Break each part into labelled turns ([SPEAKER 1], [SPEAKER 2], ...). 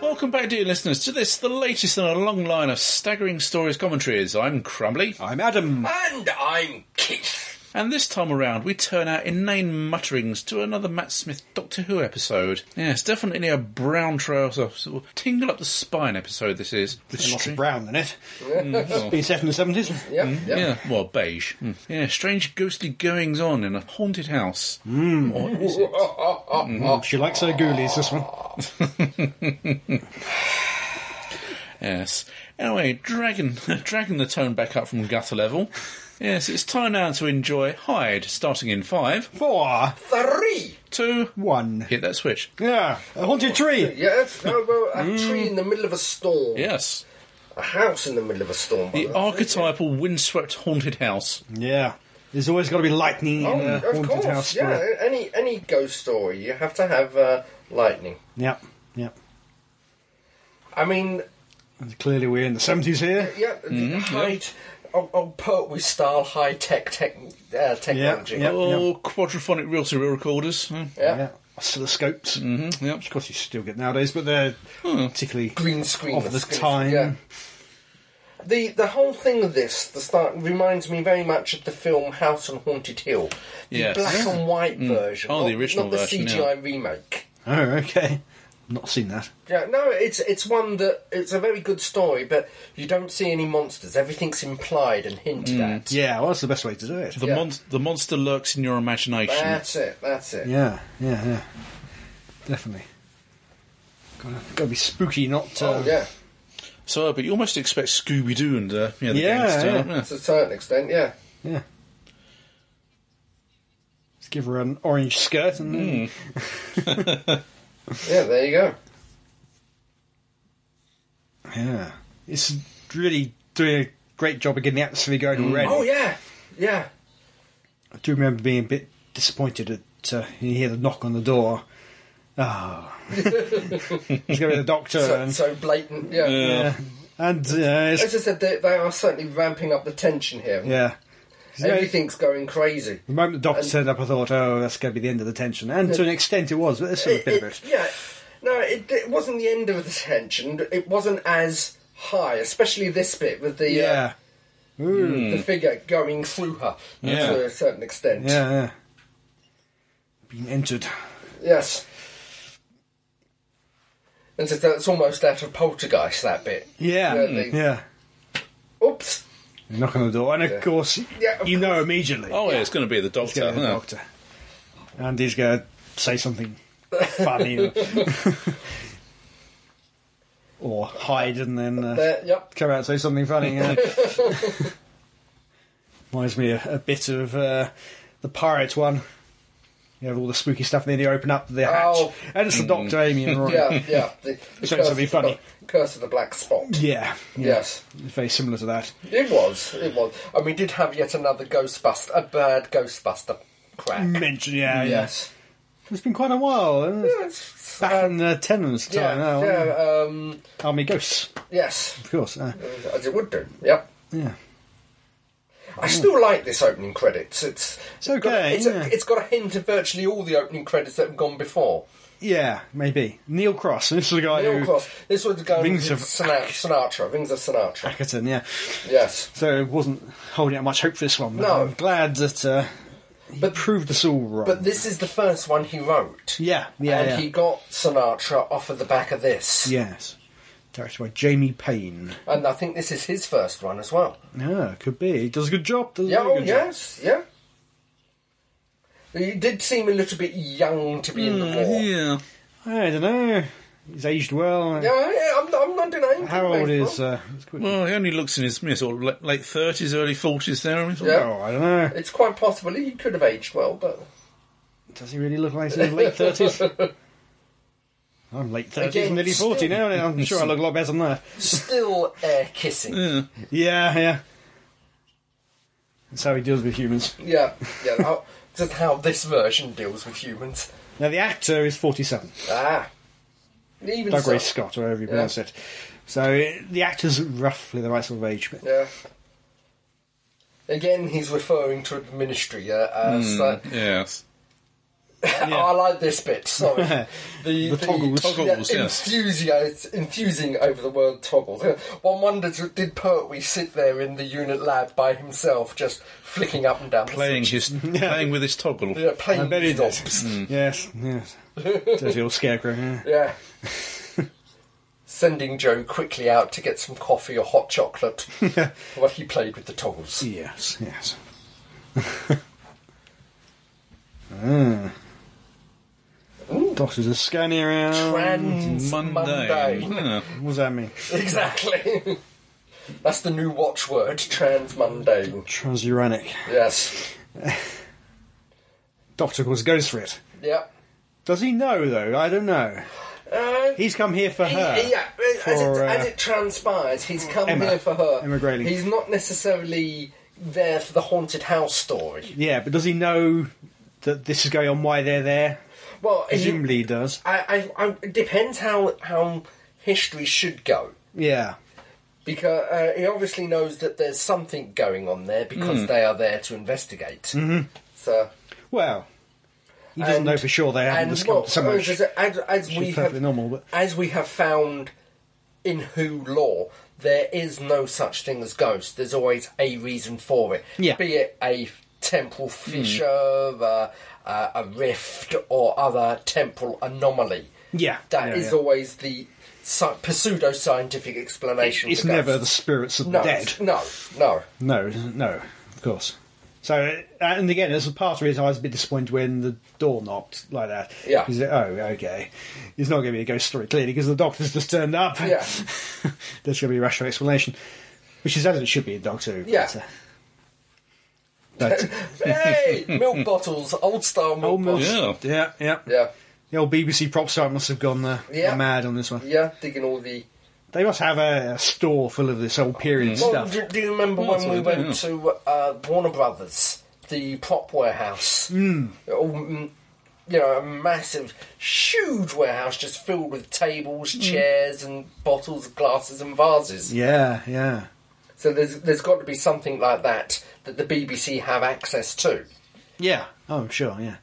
[SPEAKER 1] Welcome back, dear listeners, to this, the latest in a long line of staggering stories commentaries. I'm Crumbly,
[SPEAKER 2] I'm Adam.
[SPEAKER 3] And I'm Keith.
[SPEAKER 1] and this time around we turn our inane mutterings to another Matt Smith Doctor Who episode. Yes, definitely a brown trail, so, sort of tingle up the spine episode this is.
[SPEAKER 2] There's lots
[SPEAKER 1] Str-
[SPEAKER 2] of brown in it.
[SPEAKER 3] Oh.
[SPEAKER 2] Been set in the 70s.
[SPEAKER 3] Yep, yep.
[SPEAKER 1] Yeah, well, beige. Mm. Yeah, strange ghostly goings on in a haunted house. Mm. Or is it?
[SPEAKER 3] Oh, oh, oh, oh.
[SPEAKER 2] She likes her ghoulies, this one.
[SPEAKER 1] Yes. Anyway, dragging dragging the tone back up from gutter level. Yes, it's time now to enjoy Hyde, starting in five,
[SPEAKER 2] Four,
[SPEAKER 3] Three.
[SPEAKER 1] two,
[SPEAKER 2] one.
[SPEAKER 1] hit that switch.
[SPEAKER 2] Yeah, a haunted tree.
[SPEAKER 3] Yeah, that's- no, well, a tree in the middle of a storm.
[SPEAKER 1] Yes,
[SPEAKER 3] A house in the middle of a storm. by
[SPEAKER 1] the
[SPEAKER 3] way.
[SPEAKER 1] archetypal windswept haunted house.
[SPEAKER 2] Yeah. There's always got to be lightning
[SPEAKER 3] Oh,
[SPEAKER 2] in a
[SPEAKER 3] of
[SPEAKER 2] haunted
[SPEAKER 3] course.
[SPEAKER 2] house.
[SPEAKER 3] yeah,
[SPEAKER 2] story.
[SPEAKER 3] any any ghost story, you have to have uh, lightning.
[SPEAKER 2] Yep. Yep.
[SPEAKER 3] I mean,
[SPEAKER 2] Clearly, we're in the 70s here.
[SPEAKER 3] yeah, the high, old, old Pertwee style high tech tech uh, technology.
[SPEAKER 2] yeah.
[SPEAKER 1] Oh, quadraphonic reel-to-reel recorders. Mm,
[SPEAKER 3] Yeah. Mm-hmm.
[SPEAKER 2] Yeah. Oscilloscopes.
[SPEAKER 1] mm, yep.
[SPEAKER 2] Of course, you still get nowadays, but they're particularly
[SPEAKER 3] Hmm. Green screen
[SPEAKER 2] of the
[SPEAKER 3] screen.
[SPEAKER 2] time.
[SPEAKER 3] Yeah. The the whole thing of this, the start reminds me very much of the film House on Haunted Hill, the
[SPEAKER 1] Yes.
[SPEAKER 3] black and white version.
[SPEAKER 1] Oh,
[SPEAKER 3] not,
[SPEAKER 1] the original
[SPEAKER 3] not the
[SPEAKER 1] version, yeah.
[SPEAKER 3] CGI remake.
[SPEAKER 2] Oh, okay. Not seen that.
[SPEAKER 3] Yeah, no, it's it's one that it's a very good story, but you don't see any monsters. Everything's implied and hinted at.
[SPEAKER 2] Yeah, well, that's the best way to do it.
[SPEAKER 1] The,
[SPEAKER 3] Yeah.
[SPEAKER 1] mon- the monster lurks in your imagination.
[SPEAKER 3] That's it. That's it.
[SPEAKER 2] Yeah, yeah, yeah. Definitely. Gotta, gotta be spooky, not. Uh,
[SPEAKER 3] Oh yeah,
[SPEAKER 1] So, but you almost expect Scooby Doo and uh, yeah, the
[SPEAKER 2] Yeah,
[SPEAKER 1] gangster.
[SPEAKER 2] yeah.
[SPEAKER 3] to a certain extent. Yeah.
[SPEAKER 2] Yeah. Let's give her an orange skirt and then
[SPEAKER 3] Mm. Yeah. There you go.
[SPEAKER 2] yeah, it's really doing a great job of getting the atmosphere going already.
[SPEAKER 3] Oh yeah. Yeah.
[SPEAKER 2] I do remember being a bit disappointed at uh, you hear the knock on the door. Oh, it's going to be the doctor.
[SPEAKER 3] Ah. So,
[SPEAKER 2] and,
[SPEAKER 3] so blatant. Yeah.
[SPEAKER 2] yeah. and uh, it's-
[SPEAKER 3] As I said, they, they are certainly ramping up the tension here.
[SPEAKER 2] yeah. 'Cause, you know,
[SPEAKER 3] Everything's going crazy.
[SPEAKER 2] the moment the doctor turned up, I thought, "Oh, that's going to be the end of the tension," and to an extent, it was. But there's still a bit of it.
[SPEAKER 3] Yeah, no, it, it wasn't the end of the tension. It wasn't as high, especially this bit with the
[SPEAKER 2] Yeah,
[SPEAKER 3] uh,
[SPEAKER 2] Hmm.
[SPEAKER 3] the figure going through her
[SPEAKER 1] Yeah.
[SPEAKER 3] to a certain extent.
[SPEAKER 2] yeah, yeah. Being entered.
[SPEAKER 3] Yes. And so that's almost out of poltergeist that bit.
[SPEAKER 2] Yeah,
[SPEAKER 3] Yeah, they-
[SPEAKER 2] yeah.
[SPEAKER 3] Oops.
[SPEAKER 2] You knock on the door, and of
[SPEAKER 3] Yeah.
[SPEAKER 2] course,
[SPEAKER 3] Yeah, of
[SPEAKER 2] you know immediately.
[SPEAKER 1] Oh, yeah, it's going to be the
[SPEAKER 2] It's
[SPEAKER 1] doctor.
[SPEAKER 2] gonna be the
[SPEAKER 1] huh?
[SPEAKER 2] doctor. And he's going to say something funny. or hide and then uh,
[SPEAKER 3] There, yep.
[SPEAKER 2] come out and say something funny. yeah. Reminds me a, a bit of uh, the pirate one. You have all the spooky stuff, and then you open up the hatch,
[SPEAKER 3] Oh.
[SPEAKER 2] and it's the Doctor, Amy, and Roy.
[SPEAKER 3] Yeah, yeah. The, the
[SPEAKER 2] So it's gonna be
[SPEAKER 3] of the
[SPEAKER 2] funny.
[SPEAKER 3] Bla- curse of the black spot.
[SPEAKER 2] yeah, yeah.
[SPEAKER 3] Yes,
[SPEAKER 2] It's very similar to that.
[SPEAKER 3] it was. It was, and we did have yet another Ghostbuster, a bad Ghostbuster crack.
[SPEAKER 2] Mention, yeah, yeah.
[SPEAKER 3] Yes.
[SPEAKER 2] It's been quite a while. hasn't it?
[SPEAKER 3] Yes.
[SPEAKER 2] Back in the Tenants
[SPEAKER 3] Yeah,
[SPEAKER 2] time. now,
[SPEAKER 3] yeah, um,
[SPEAKER 2] Army Ghosts,
[SPEAKER 3] yes,
[SPEAKER 2] of course. Uh,
[SPEAKER 3] as it would do. Yep.
[SPEAKER 2] yeah.
[SPEAKER 3] I still like this opening credits. It's
[SPEAKER 2] It's okay,
[SPEAKER 3] It's,
[SPEAKER 2] yeah.
[SPEAKER 3] a, it's got a hint of virtually all the opening credits that have gone before.
[SPEAKER 2] Yeah, maybe. Neil Cross. This is the guy
[SPEAKER 3] Neil
[SPEAKER 2] who.
[SPEAKER 3] Cross. This was going
[SPEAKER 2] Rings
[SPEAKER 3] Rings
[SPEAKER 2] of-
[SPEAKER 3] of Sinatra, Sinatra. Rings of Sinatra.
[SPEAKER 2] Ackerton, yeah.
[SPEAKER 3] Yes,
[SPEAKER 2] So it wasn't holding out much hope for this one. But
[SPEAKER 3] No.
[SPEAKER 2] I'm glad that uh, he
[SPEAKER 3] But-
[SPEAKER 2] proved us all wrong.
[SPEAKER 3] but this is the first one he wrote.
[SPEAKER 2] yeah, yeah,
[SPEAKER 3] and
[SPEAKER 2] yeah.
[SPEAKER 3] he got Sinatra off of the back of this.
[SPEAKER 2] Yes. Directed by Jamie Payne.
[SPEAKER 3] And I think this is his first one as well.
[SPEAKER 2] Yeah, could be. He does a good job. Does
[SPEAKER 3] Yeah,
[SPEAKER 2] a
[SPEAKER 3] oh
[SPEAKER 2] very good job.
[SPEAKER 3] yes, yeah. He did seem a little bit young to be in the
[SPEAKER 2] Mm,
[SPEAKER 3] war.
[SPEAKER 1] Yeah.
[SPEAKER 2] I don't know. He's aged well.
[SPEAKER 3] Yeah, I- I'm, I'm not denying.
[SPEAKER 2] How
[SPEAKER 3] that,
[SPEAKER 2] old
[SPEAKER 3] mate.
[SPEAKER 2] is. Uh, it's quite-
[SPEAKER 1] Well, he only looks in his you know, sort of la- late thirties, early forties. There, I mean, sort of-
[SPEAKER 3] Yeah.
[SPEAKER 2] Oh, I don't know.
[SPEAKER 3] It's quite possible he could have aged well, but
[SPEAKER 2] Does he really look like he's in his late 30s? I'm late 30s,
[SPEAKER 3] Again,
[SPEAKER 2] nearly 40
[SPEAKER 3] still-
[SPEAKER 2] now. and I'm sure I look a lot better than that.
[SPEAKER 3] still air kissing.
[SPEAKER 1] yeah.
[SPEAKER 2] Yeah, yeah. That's how he deals with humans.
[SPEAKER 3] Yeah, yeah. How, just how this version deals with humans.
[SPEAKER 2] Now, the actor is 47,
[SPEAKER 3] Ah, even
[SPEAKER 2] Doug
[SPEAKER 3] so.
[SPEAKER 2] Ray Scott, or however you pronounce it. So uh, the actor's roughly the right sort of age. But
[SPEAKER 3] Yeah.
[SPEAKER 2] Hmm.
[SPEAKER 3] Again, he's referring to the ministry uh, as uh,
[SPEAKER 1] Yes.
[SPEAKER 3] I like this bit. Sorry, the,
[SPEAKER 2] The toggles.
[SPEAKER 1] Toggles, yes.
[SPEAKER 3] enthusiast- infusing over the word toggles. Uh, One wonders, did Pertwee sit there in the unit lab by himself, just flicking up and down, the
[SPEAKER 1] playing
[SPEAKER 3] switch?
[SPEAKER 1] his playing with his Mm. toggle.
[SPEAKER 3] yeah, playing
[SPEAKER 2] I bet he does.
[SPEAKER 3] knobs.
[SPEAKER 2] Yes, yes. Dirty old scarecrow. Yeah.
[SPEAKER 3] Yeah. Sending Joe quickly out to get some coffee or hot chocolate while he played with the toggles.
[SPEAKER 2] Yes, yes. ah. Doctors are scanning around.
[SPEAKER 3] Trans
[SPEAKER 1] Monday.
[SPEAKER 3] Monday.
[SPEAKER 1] Yeah.
[SPEAKER 2] What does that mean?
[SPEAKER 3] Exactly. That's the new watchword, trans mundane.
[SPEAKER 2] Transuranic.
[SPEAKER 3] Yes.
[SPEAKER 2] Doctor, of course, goes for it.
[SPEAKER 3] Yep.
[SPEAKER 2] Does he know, though? I don't know.
[SPEAKER 3] Uh,
[SPEAKER 2] He's come here for
[SPEAKER 3] he-
[SPEAKER 2] her.
[SPEAKER 3] yeah, as,
[SPEAKER 2] For,
[SPEAKER 3] it,
[SPEAKER 2] uh,
[SPEAKER 3] as it transpires, he's come
[SPEAKER 2] Emma.
[SPEAKER 3] here for her.
[SPEAKER 2] Emma Grayling.
[SPEAKER 3] He's not necessarily there for the haunted house story.
[SPEAKER 2] Yeah, but does he know that this is going on? Why they're there?
[SPEAKER 3] Well, he-
[SPEAKER 2] Presumably, he does.
[SPEAKER 3] I, I, I, it depends how how history should go.
[SPEAKER 2] Yeah,
[SPEAKER 3] Because uh, he obviously knows that there's something going on there
[SPEAKER 2] Hmm.
[SPEAKER 3] because they are there to investigate.
[SPEAKER 2] Mm-hmm.
[SPEAKER 3] So,
[SPEAKER 2] Well, he doesn't
[SPEAKER 3] And-
[SPEAKER 2] know for sure they haven't
[SPEAKER 3] and
[SPEAKER 2] discovered
[SPEAKER 3] well,
[SPEAKER 2] so
[SPEAKER 3] uh,
[SPEAKER 2] much.
[SPEAKER 3] as, as- as we
[SPEAKER 2] She's
[SPEAKER 3] have
[SPEAKER 2] perfectly normal, but
[SPEAKER 3] as we have found in Who law, there is no such thing as ghosts. There's always a reason for it.
[SPEAKER 2] Yeah. Hmm.
[SPEAKER 3] Be it a temporal fissure, uh, uh, a rift, or other temporal anomaly.
[SPEAKER 2] yeah,
[SPEAKER 3] That is
[SPEAKER 2] yeah, yeah.
[SPEAKER 3] always the si- pseudo scientific explanation.
[SPEAKER 2] It's
[SPEAKER 3] for
[SPEAKER 2] never the
[SPEAKER 3] ghosts.
[SPEAKER 2] spirits of
[SPEAKER 3] no,
[SPEAKER 2] the dead.
[SPEAKER 3] No, no.
[SPEAKER 2] No, no, of course. So, uh, and again, there's a part of it I was a bit disappointed when the door knocked like that.
[SPEAKER 3] Yeah.
[SPEAKER 2] He's like, oh, okay. It's not going to be a ghost story, clearly, because the doctor's just turned up.
[SPEAKER 3] Yeah.
[SPEAKER 2] there's going to be a rational explanation, which is as it should be in Doctor Who.
[SPEAKER 3] Yeah.
[SPEAKER 2] But, uh, but
[SPEAKER 3] Hey, milk bottles, old style milk
[SPEAKER 2] almost.
[SPEAKER 3] bottles.
[SPEAKER 1] Yeah.
[SPEAKER 2] yeah, yeah.
[SPEAKER 3] Yeah,
[SPEAKER 2] The old BBC prop site must have gone uh,
[SPEAKER 3] Yeah.
[SPEAKER 2] mad on this one.
[SPEAKER 3] yeah, digging all the.
[SPEAKER 2] They must have a, a store full of this old period
[SPEAKER 3] Well,
[SPEAKER 2] stuff.
[SPEAKER 3] do, do you remember
[SPEAKER 1] Well,
[SPEAKER 3] when we
[SPEAKER 1] that's what they do,
[SPEAKER 3] went to uh, Warner Brothers, the prop warehouse?
[SPEAKER 2] Hmm.
[SPEAKER 3] Mm. you know, a massive, huge warehouse just filled with tables, chairs, and bottles, glasses, and vases.
[SPEAKER 2] Hmm. Yeah, yeah.
[SPEAKER 3] So there's there's got to be something like that that the BBC have access to.
[SPEAKER 2] Yeah. Oh, I'm sure, yeah.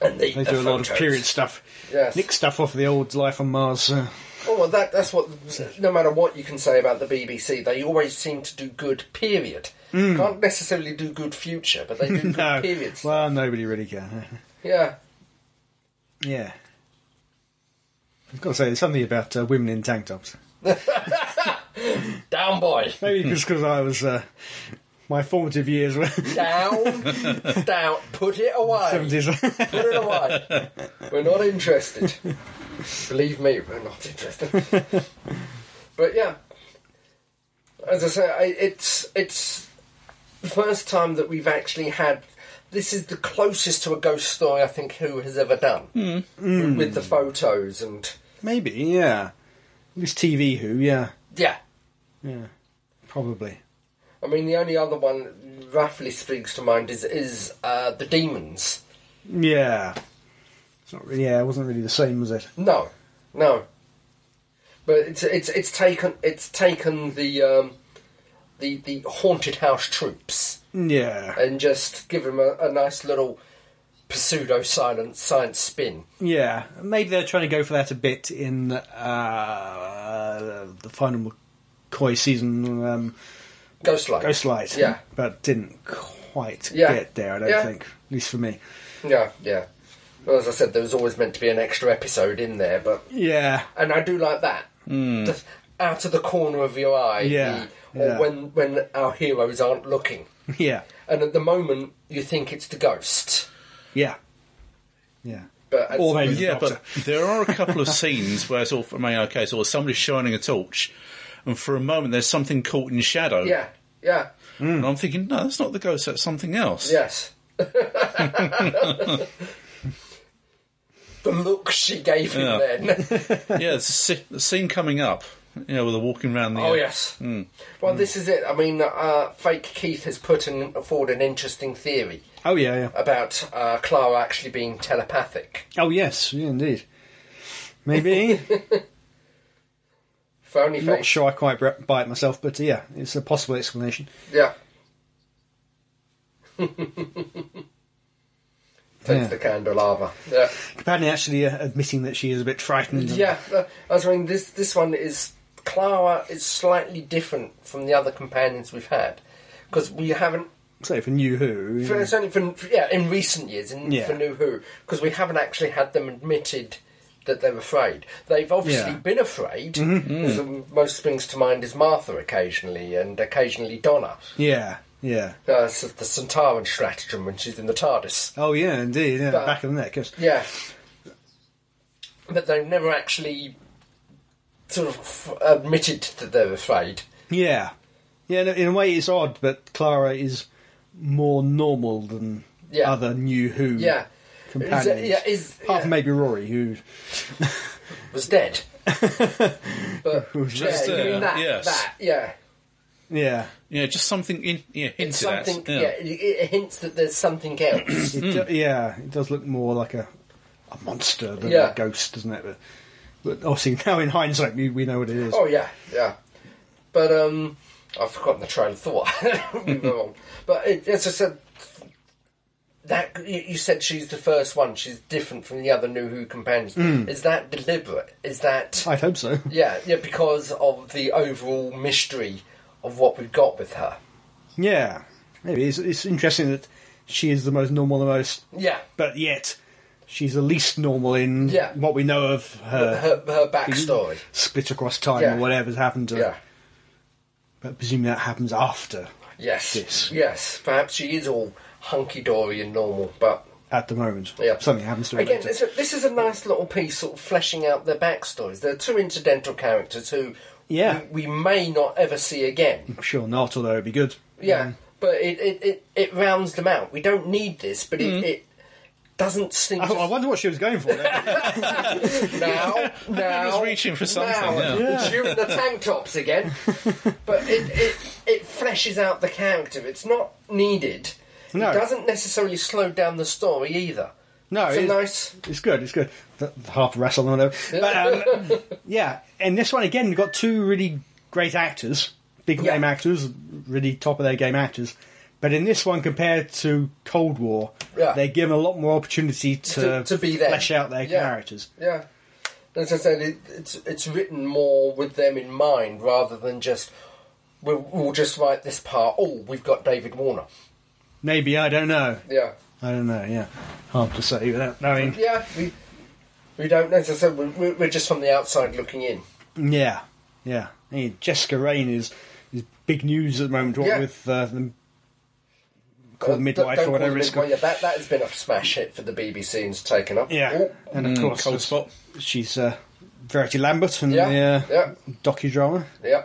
[SPEAKER 3] And the,
[SPEAKER 2] They
[SPEAKER 3] the
[SPEAKER 2] do a lot of
[SPEAKER 3] photos.
[SPEAKER 2] period stuff.
[SPEAKER 3] Yes.
[SPEAKER 2] Nick stuff off the old Life on Mars. Uh,
[SPEAKER 3] Oh well, that that's what. No matter what you can say about the BBC, they always seem to do good. Period. Can't necessarily do good future, but they do good
[SPEAKER 2] Hmm. no.
[SPEAKER 3] period. stuff.
[SPEAKER 2] Well, nobody really can.
[SPEAKER 3] yeah.
[SPEAKER 2] yeah. I've got to say, there's something about uh, women in tank tops.
[SPEAKER 3] Down, boy.
[SPEAKER 2] Maybe just because I was. Uh, my formative years were.
[SPEAKER 3] Down. down. Put it away.
[SPEAKER 2] 70s.
[SPEAKER 3] Put it away. We're not interested. Believe me, we're not interested. but yeah, as I say, I, it's it's the first time that we've actually had. This is the closest to a ghost story I think Who has ever done With, with the photos and
[SPEAKER 2] Maybe, yeah. It was TV Who, yeah.
[SPEAKER 3] yeah.
[SPEAKER 2] Yeah. Probably.
[SPEAKER 3] I mean, the only other one that roughly speaks to mind is is uh, the demons.
[SPEAKER 2] Yeah. It's not really, yeah, it wasn't really the same, was it?
[SPEAKER 3] No, no. But it's it's it's taken it's taken the um, the the haunted house troops
[SPEAKER 2] Yeah.
[SPEAKER 3] and just give them a, a nice little pseudo silent science spin.
[SPEAKER 2] Yeah. Maybe they're trying to go for that a bit in uh, the final McCoy season, um,
[SPEAKER 3] Ghostlight.
[SPEAKER 2] Ghostlight.
[SPEAKER 3] Yeah.
[SPEAKER 2] But didn't quite
[SPEAKER 3] Yeah.
[SPEAKER 2] get there, I don't
[SPEAKER 3] Yeah.
[SPEAKER 2] think. At least for me.
[SPEAKER 3] Yeah, yeah. Well, as I said, there was always meant to be an extra episode in there, but
[SPEAKER 2] Yeah.
[SPEAKER 3] and I do like that. The, out of the corner of your eye,
[SPEAKER 2] Hmm. Yeah,
[SPEAKER 3] the, or
[SPEAKER 2] yeah.
[SPEAKER 3] when when our heroes aren't looking,
[SPEAKER 2] Yeah.
[SPEAKER 3] and at the moment you think it's the ghost,
[SPEAKER 2] Yeah. Yeah.
[SPEAKER 3] but as-
[SPEAKER 2] Or maybe-
[SPEAKER 1] Yeah,
[SPEAKER 2] Doctor.
[SPEAKER 1] but there are a couple of scenes where it's all, I mean, okay, so somebody's shining a torch, and for a moment there's something caught in shadow.
[SPEAKER 3] yeah, yeah.
[SPEAKER 1] And I'm thinking, no, that's not the ghost, that's something else.
[SPEAKER 3] Yes. the look she gave him
[SPEAKER 1] Yeah.
[SPEAKER 3] then.
[SPEAKER 1] yeah, it's a sce- the scene coming up, you know, with the walking around the.
[SPEAKER 3] oh, yes.
[SPEAKER 2] Hmm.
[SPEAKER 3] Well, this is it. I mean, uh, fake Keith has put in, forward an interesting theory
[SPEAKER 2] Oh, yeah, yeah.
[SPEAKER 3] about uh, Clara actually being telepathic.
[SPEAKER 2] Oh, yes, yeah, indeed. Maybe.
[SPEAKER 3] If only
[SPEAKER 2] Not
[SPEAKER 3] fake.
[SPEAKER 2] sure I quite bri- buy it myself, but uh, yeah, it's a possible explanation.
[SPEAKER 3] Yeah. takes
[SPEAKER 2] Yeah.
[SPEAKER 3] the candelabra. Yeah,
[SPEAKER 2] Capaldi actually uh, admitting that she is a bit frightened. and-
[SPEAKER 3] yeah. uh, I was wondering this. This one is Clara is slightly different from the other companions we've had because we haven't
[SPEAKER 2] Say for New Who. you
[SPEAKER 3] for,
[SPEAKER 2] know.
[SPEAKER 3] certainly for, for- yeah in recent years in
[SPEAKER 2] Hmm. Yeah.
[SPEAKER 3] for New Who because we haven't actually had them admitted that they're afraid. They've obviously
[SPEAKER 2] Yeah. Mm-hmm.
[SPEAKER 3] been afraid. So most springs to mind is Martha occasionally and occasionally Donna.
[SPEAKER 2] Yeah, yeah.
[SPEAKER 3] Uh, so the Centauran stratagem when she's in the TARDIS.
[SPEAKER 2] Oh yeah, indeed. Yeah,
[SPEAKER 3] But-
[SPEAKER 2] back of the neck. Yes.
[SPEAKER 3] Yeah. But they've never actually sort of f- admitted that they're afraid.
[SPEAKER 2] Yeah, yeah. no, In a way, it's odd, but Clara is more normal than
[SPEAKER 3] Yeah.
[SPEAKER 2] other New Who
[SPEAKER 3] Yeah.
[SPEAKER 2] companions.
[SPEAKER 3] Is it- yeah, is-
[SPEAKER 2] apart from
[SPEAKER 3] yeah.
[SPEAKER 2] maybe Rory, who
[SPEAKER 3] Was dead. but
[SPEAKER 1] just,
[SPEAKER 3] yeah, you mean
[SPEAKER 1] uh,
[SPEAKER 3] that,
[SPEAKER 1] yes.
[SPEAKER 3] that, yeah.
[SPEAKER 2] yeah,
[SPEAKER 1] Yeah, just something in yeah, hint to that.
[SPEAKER 3] something,
[SPEAKER 1] Yeah.
[SPEAKER 3] yeah, it, it hints that there's something else.
[SPEAKER 2] it do- yeah, it does look more like a a monster than
[SPEAKER 3] Yeah.
[SPEAKER 2] a ghost, doesn't it? But, but obviously, now in hindsight, we, we know what it is.
[SPEAKER 3] oh yeah, yeah. But um, I've forgotten the train of thought. We were wrong. But it, as I said, that you you said she's the first one. She's different from the other New Who companions. Is that deliberate? Is that
[SPEAKER 2] I hope so.
[SPEAKER 3] yeah, yeah? Because of the overall mystery of what we've got with her.
[SPEAKER 2] Yeah, maybe it's, it's interesting that she is the most normal, the most,
[SPEAKER 3] Yeah,
[SPEAKER 2] but yet she's the least normal in
[SPEAKER 3] Yeah.
[SPEAKER 2] what we know of her.
[SPEAKER 3] her her backstory.
[SPEAKER 2] split across time
[SPEAKER 3] Yeah.
[SPEAKER 2] or whatever's happened to
[SPEAKER 3] Yeah.
[SPEAKER 2] her. But presumably that happens after
[SPEAKER 3] Yes.
[SPEAKER 2] Yes.
[SPEAKER 3] Yes. Perhaps she is all hunky dory and normal, but
[SPEAKER 2] at the moment.
[SPEAKER 3] Yeah.
[SPEAKER 2] Something happens to her
[SPEAKER 3] Again,
[SPEAKER 2] later.
[SPEAKER 3] this, this is a nice little piece, sort of fleshing out their backstories. There are two incidental characters who
[SPEAKER 2] Yeah.
[SPEAKER 3] we, we may not ever see
[SPEAKER 1] Mm.
[SPEAKER 3] again.
[SPEAKER 2] I'm sure not, although it'd be good. Um,
[SPEAKER 3] Yeah, but it, it, it, it rounds them out. We don't need this, but
[SPEAKER 1] Mm.
[SPEAKER 3] it, it doesn't seem.
[SPEAKER 2] I,
[SPEAKER 1] Oh,
[SPEAKER 3] to...
[SPEAKER 2] I wonder what she was going for there.
[SPEAKER 3] now, now,
[SPEAKER 1] was reaching for something,
[SPEAKER 3] Now,
[SPEAKER 1] yeah.
[SPEAKER 2] Yeah.
[SPEAKER 3] Shoot the tank tops again. but it, it it fleshes out the character. It's not needed.
[SPEAKER 2] No.
[SPEAKER 3] It doesn't necessarily slow down the story either.
[SPEAKER 2] No,
[SPEAKER 3] it's a
[SPEAKER 2] it-
[SPEAKER 3] nice.
[SPEAKER 2] it's good, it's good. The, the half wrestle and whatever. But, um, yeah, and this one again, we've got two really great actors, big
[SPEAKER 3] Yeah.
[SPEAKER 2] name actors, really top of their game actors. But in this one, compared to Cold War,
[SPEAKER 3] Yeah.
[SPEAKER 2] they're given a lot more opportunity to,
[SPEAKER 3] To- to be them.
[SPEAKER 2] flesh out their
[SPEAKER 3] Yeah.
[SPEAKER 2] characters.
[SPEAKER 3] Yeah. As I said, it, it's it's written more with them in mind rather than just we'll, we'll just write this part. Oh, we've got David Warner.
[SPEAKER 2] Maybe, I don't know.
[SPEAKER 3] Yeah,
[SPEAKER 2] I don't know, yeah. Hard to say without knowing.
[SPEAKER 3] yeah. We we don't know. As I said, we're, we're just from the outside looking in.
[SPEAKER 2] Yeah, yeah. I mean, Jessica Rain is is big news at the moment. What
[SPEAKER 3] Yeah.
[SPEAKER 2] with uh, them called
[SPEAKER 3] Don't-
[SPEAKER 2] midwife
[SPEAKER 3] don't
[SPEAKER 2] or
[SPEAKER 3] call
[SPEAKER 2] whatever
[SPEAKER 3] the
[SPEAKER 2] it's called.
[SPEAKER 3] midwife. Yeah, that that has been a smash hit for the BBC and's taken up.
[SPEAKER 2] Yeah,
[SPEAKER 3] Oh,
[SPEAKER 2] and of course
[SPEAKER 1] Mm, Cold spot.
[SPEAKER 2] she's uh, Verity Lambert and
[SPEAKER 3] yeah,
[SPEAKER 2] the uh,
[SPEAKER 3] yeah,
[SPEAKER 2] docudrama.
[SPEAKER 3] yeah.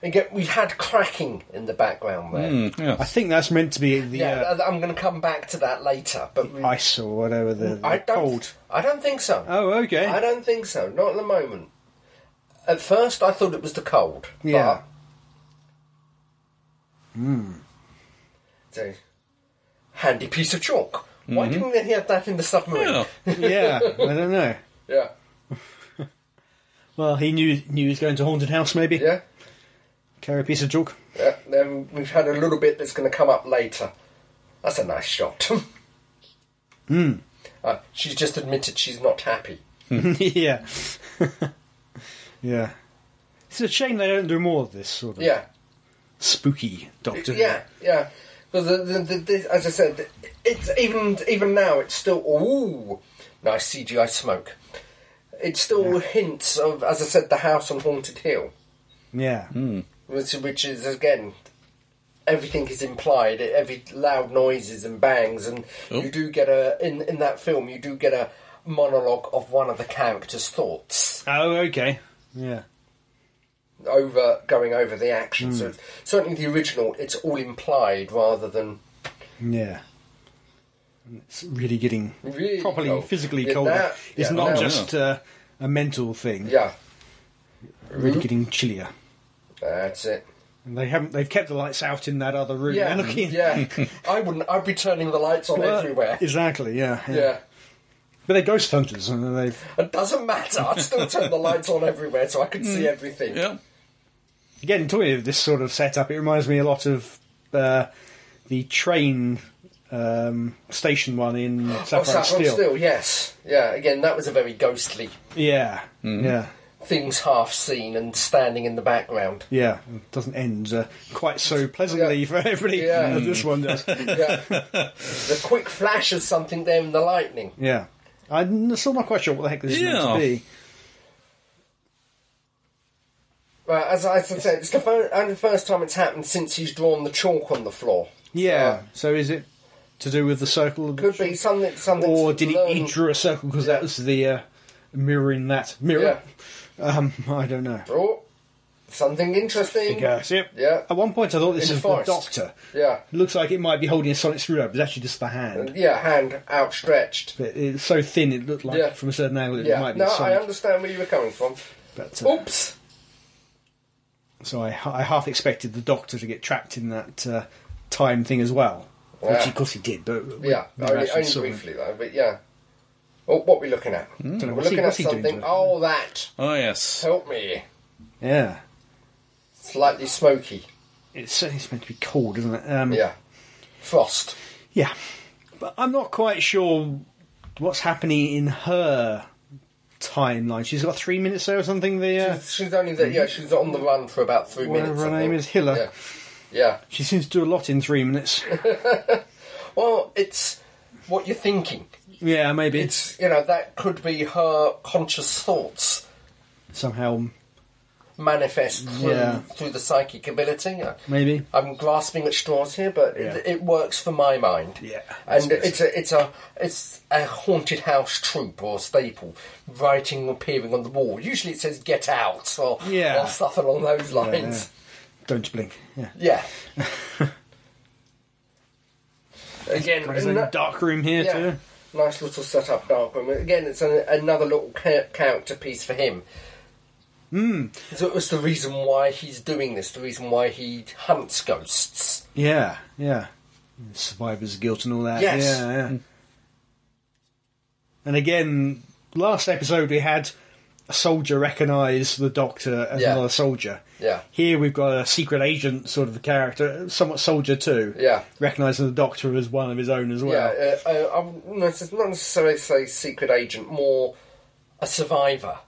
[SPEAKER 3] Again, we had cracking in the background there.
[SPEAKER 1] Mm, yeah.
[SPEAKER 2] I think that's meant to be the
[SPEAKER 3] Yeah,
[SPEAKER 2] uh,
[SPEAKER 3] th- I'm going to come back to that later. But we,
[SPEAKER 2] ice or whatever the, the
[SPEAKER 3] I don't.
[SPEAKER 2] Oh, cold.
[SPEAKER 3] I don't think so.
[SPEAKER 2] Oh, okay.
[SPEAKER 3] I don't think so. Not at the moment. At first, I thought it was the cold.
[SPEAKER 2] Yeah.
[SPEAKER 3] But it's a handy piece of chalk. Why didn't they have that in the submarine?
[SPEAKER 1] Yeah.
[SPEAKER 2] yeah, I don't know.
[SPEAKER 3] Yeah.
[SPEAKER 2] Well, he knew knew he was going to haunted house. Maybe
[SPEAKER 3] Yeah.
[SPEAKER 2] carry a piece of chalk.
[SPEAKER 3] yeah. Then we've had a little bit that's going to come up later. That's a nice shot. Hmm. Uh, she's just admitted she's not happy.
[SPEAKER 2] yeah, yeah. It's a shame they don't do more of this sort of
[SPEAKER 3] Yeah.
[SPEAKER 2] spooky Doctor. Who.
[SPEAKER 3] Yeah, yeah. Because the, the, the, the, as I said, it's even even now it's still ooh nice CGI smoke. It still hints of, as I said, the house on haunted hill,
[SPEAKER 2] yeah.
[SPEAKER 1] Hmm.
[SPEAKER 3] which, which is again everything is implied. Every loud noises and bangs, and you do get a in in that film you do get a monologue of one of the characters' thoughts
[SPEAKER 2] Oh, okay. Yeah.
[SPEAKER 3] over going over the action. So it's, certainly the original, it's all implied rather than
[SPEAKER 2] Yeah. And it's really getting
[SPEAKER 3] Really
[SPEAKER 2] properly
[SPEAKER 3] cold.
[SPEAKER 2] physically
[SPEAKER 3] Yeah,
[SPEAKER 2] cold.
[SPEAKER 3] that-
[SPEAKER 2] it's
[SPEAKER 3] yeah,
[SPEAKER 2] not
[SPEAKER 1] no,
[SPEAKER 2] just Uh, a mental thing.
[SPEAKER 3] yeah. Mm-hmm.
[SPEAKER 2] Really getting chillier.
[SPEAKER 3] That's it.
[SPEAKER 2] And they haven't. They've kept the lights out in that other room.
[SPEAKER 3] Yeah,
[SPEAKER 2] They're looking.
[SPEAKER 3] yeah. I wouldn't. I'd be turning the lights on
[SPEAKER 2] Well,
[SPEAKER 3] everywhere.
[SPEAKER 2] Exactly. Yeah, yeah.
[SPEAKER 3] Yeah,
[SPEAKER 2] But they're ghost hunters, and they've
[SPEAKER 3] it doesn't matter. I'd still turn the lights on everywhere so I could
[SPEAKER 2] Mm.
[SPEAKER 3] see everything.
[SPEAKER 1] yeah.
[SPEAKER 2] again talking of this sort of setup. It reminds me a lot of uh, the train um, Station One in
[SPEAKER 3] Oh,
[SPEAKER 2] Sapphire Steel.
[SPEAKER 3] Still, yes. Yeah, again, that was a very ghostly
[SPEAKER 2] Yeah,
[SPEAKER 3] Mm-hmm.
[SPEAKER 2] yeah,
[SPEAKER 3] things half seen and standing in the background.
[SPEAKER 2] yeah. It doesn't end uh, quite so pleasantly
[SPEAKER 3] Yeah.
[SPEAKER 2] for everybody
[SPEAKER 3] Yeah.
[SPEAKER 2] as this one does.
[SPEAKER 3] Yeah. the quick flash of something there in the lightning.
[SPEAKER 2] yeah, I'm still not quite sure what the heck this is meant
[SPEAKER 1] Yeah.
[SPEAKER 2] to be.
[SPEAKER 3] Well, as I said, it's the fir- only first time it's happened since he's drawn the chalk on the floor.
[SPEAKER 2] Yeah. so is it to do with the circle?
[SPEAKER 3] Could be something. something
[SPEAKER 2] or
[SPEAKER 3] to
[SPEAKER 2] did he,
[SPEAKER 3] learn-
[SPEAKER 2] he drew a circle because
[SPEAKER 3] Yeah.
[SPEAKER 2] that was the uh, mirror in that
[SPEAKER 3] Yeah.
[SPEAKER 2] mirror? Um, I don't know.
[SPEAKER 3] Oh, something interesting.
[SPEAKER 2] Yes, yep.
[SPEAKER 3] Yeah.
[SPEAKER 2] At one point, I thought this
[SPEAKER 3] In the
[SPEAKER 2] was
[SPEAKER 3] forest.
[SPEAKER 2] the doctor.
[SPEAKER 3] Yeah.
[SPEAKER 2] It looks like it might be holding a sonic screwdriver, but it's actually just the hand.
[SPEAKER 3] Yeah, hand outstretched.
[SPEAKER 2] But it's so thin, it looked like
[SPEAKER 3] Yeah.
[SPEAKER 2] from a certain angle it
[SPEAKER 3] Yeah.
[SPEAKER 2] might be
[SPEAKER 3] No,
[SPEAKER 2] a
[SPEAKER 3] I
[SPEAKER 2] sonic.
[SPEAKER 3] understand where you were coming from.
[SPEAKER 2] but, uh,
[SPEAKER 3] Oops.
[SPEAKER 2] so I, I half expected the doctor to get trapped in that uh, time thing as well. Which,
[SPEAKER 3] Yeah.
[SPEAKER 2] of course, he did, but we
[SPEAKER 3] Yeah,
[SPEAKER 2] never
[SPEAKER 3] only,
[SPEAKER 2] actually
[SPEAKER 3] only
[SPEAKER 2] saw him.
[SPEAKER 3] briefly though, but yeah. Oh, what are we looking at?
[SPEAKER 2] Dunno,
[SPEAKER 3] We're
[SPEAKER 2] what's he-
[SPEAKER 3] looking at
[SPEAKER 2] what's he doing to
[SPEAKER 3] something.
[SPEAKER 2] it?
[SPEAKER 3] Oh, that.
[SPEAKER 1] Oh, yes.
[SPEAKER 3] Help me.
[SPEAKER 2] Yeah.
[SPEAKER 3] Slightly smoky.
[SPEAKER 2] It's certainly meant to be cold, isn't it? Um,
[SPEAKER 3] Yeah. Frost.
[SPEAKER 2] Yeah. But I'm not quite sure what's happening in her timeline. She's got three minutes there or something. The uh,
[SPEAKER 3] She's only there. Yeah, she's on the run for about three
[SPEAKER 2] Whatever
[SPEAKER 3] minutes. I
[SPEAKER 2] her
[SPEAKER 3] think.
[SPEAKER 2] name is, Hiller.
[SPEAKER 3] Yeah. yeah.
[SPEAKER 2] She seems to do a lot in three minutes.
[SPEAKER 3] Well, it's what you're thinking.
[SPEAKER 2] yeah, maybe.
[SPEAKER 3] It's you know that could be her conscious thoughts
[SPEAKER 2] Somehow,
[SPEAKER 3] manifest through,
[SPEAKER 2] Yeah.
[SPEAKER 3] through the psychic ability. I-
[SPEAKER 2] maybe.
[SPEAKER 3] I'm grasping at straws here, but it,
[SPEAKER 2] Yeah.
[SPEAKER 3] it works for my mind.
[SPEAKER 2] Yeah, that's
[SPEAKER 3] and
[SPEAKER 2] good.
[SPEAKER 3] it's a it's a it's a haunted house troupe or staple, writing appearing on the wall. Usually it says "Get out" or,
[SPEAKER 2] Yeah.
[SPEAKER 3] or stuff along those lines.
[SPEAKER 2] Don't blink. Yeah.
[SPEAKER 3] Yeah. Again,
[SPEAKER 2] There's a
[SPEAKER 3] ano-
[SPEAKER 2] dark room here,
[SPEAKER 3] yeah,
[SPEAKER 2] too.
[SPEAKER 3] nice little setup, dark room. Again, it's an, another little ca- character piece for him.
[SPEAKER 2] Hmm.
[SPEAKER 3] Mm. So it was the reason why he's doing this. The reason why he hunts ghosts.
[SPEAKER 2] Yeah, yeah. Survivor's guilt and all that.
[SPEAKER 3] Yes.
[SPEAKER 2] Yeah, yeah. And again, last episode we had a soldier recognise the doctor as
[SPEAKER 3] Yeah.
[SPEAKER 2] another soldier.
[SPEAKER 3] Yeah.
[SPEAKER 2] Here we've got a secret agent sort of a character, somewhat soldier too.
[SPEAKER 3] Yeah.
[SPEAKER 2] Recognising the doctor as one of his own as well.
[SPEAKER 3] Yeah, uh, uh, I wouldn't necess- not necessarily say secret agent, more a survivor.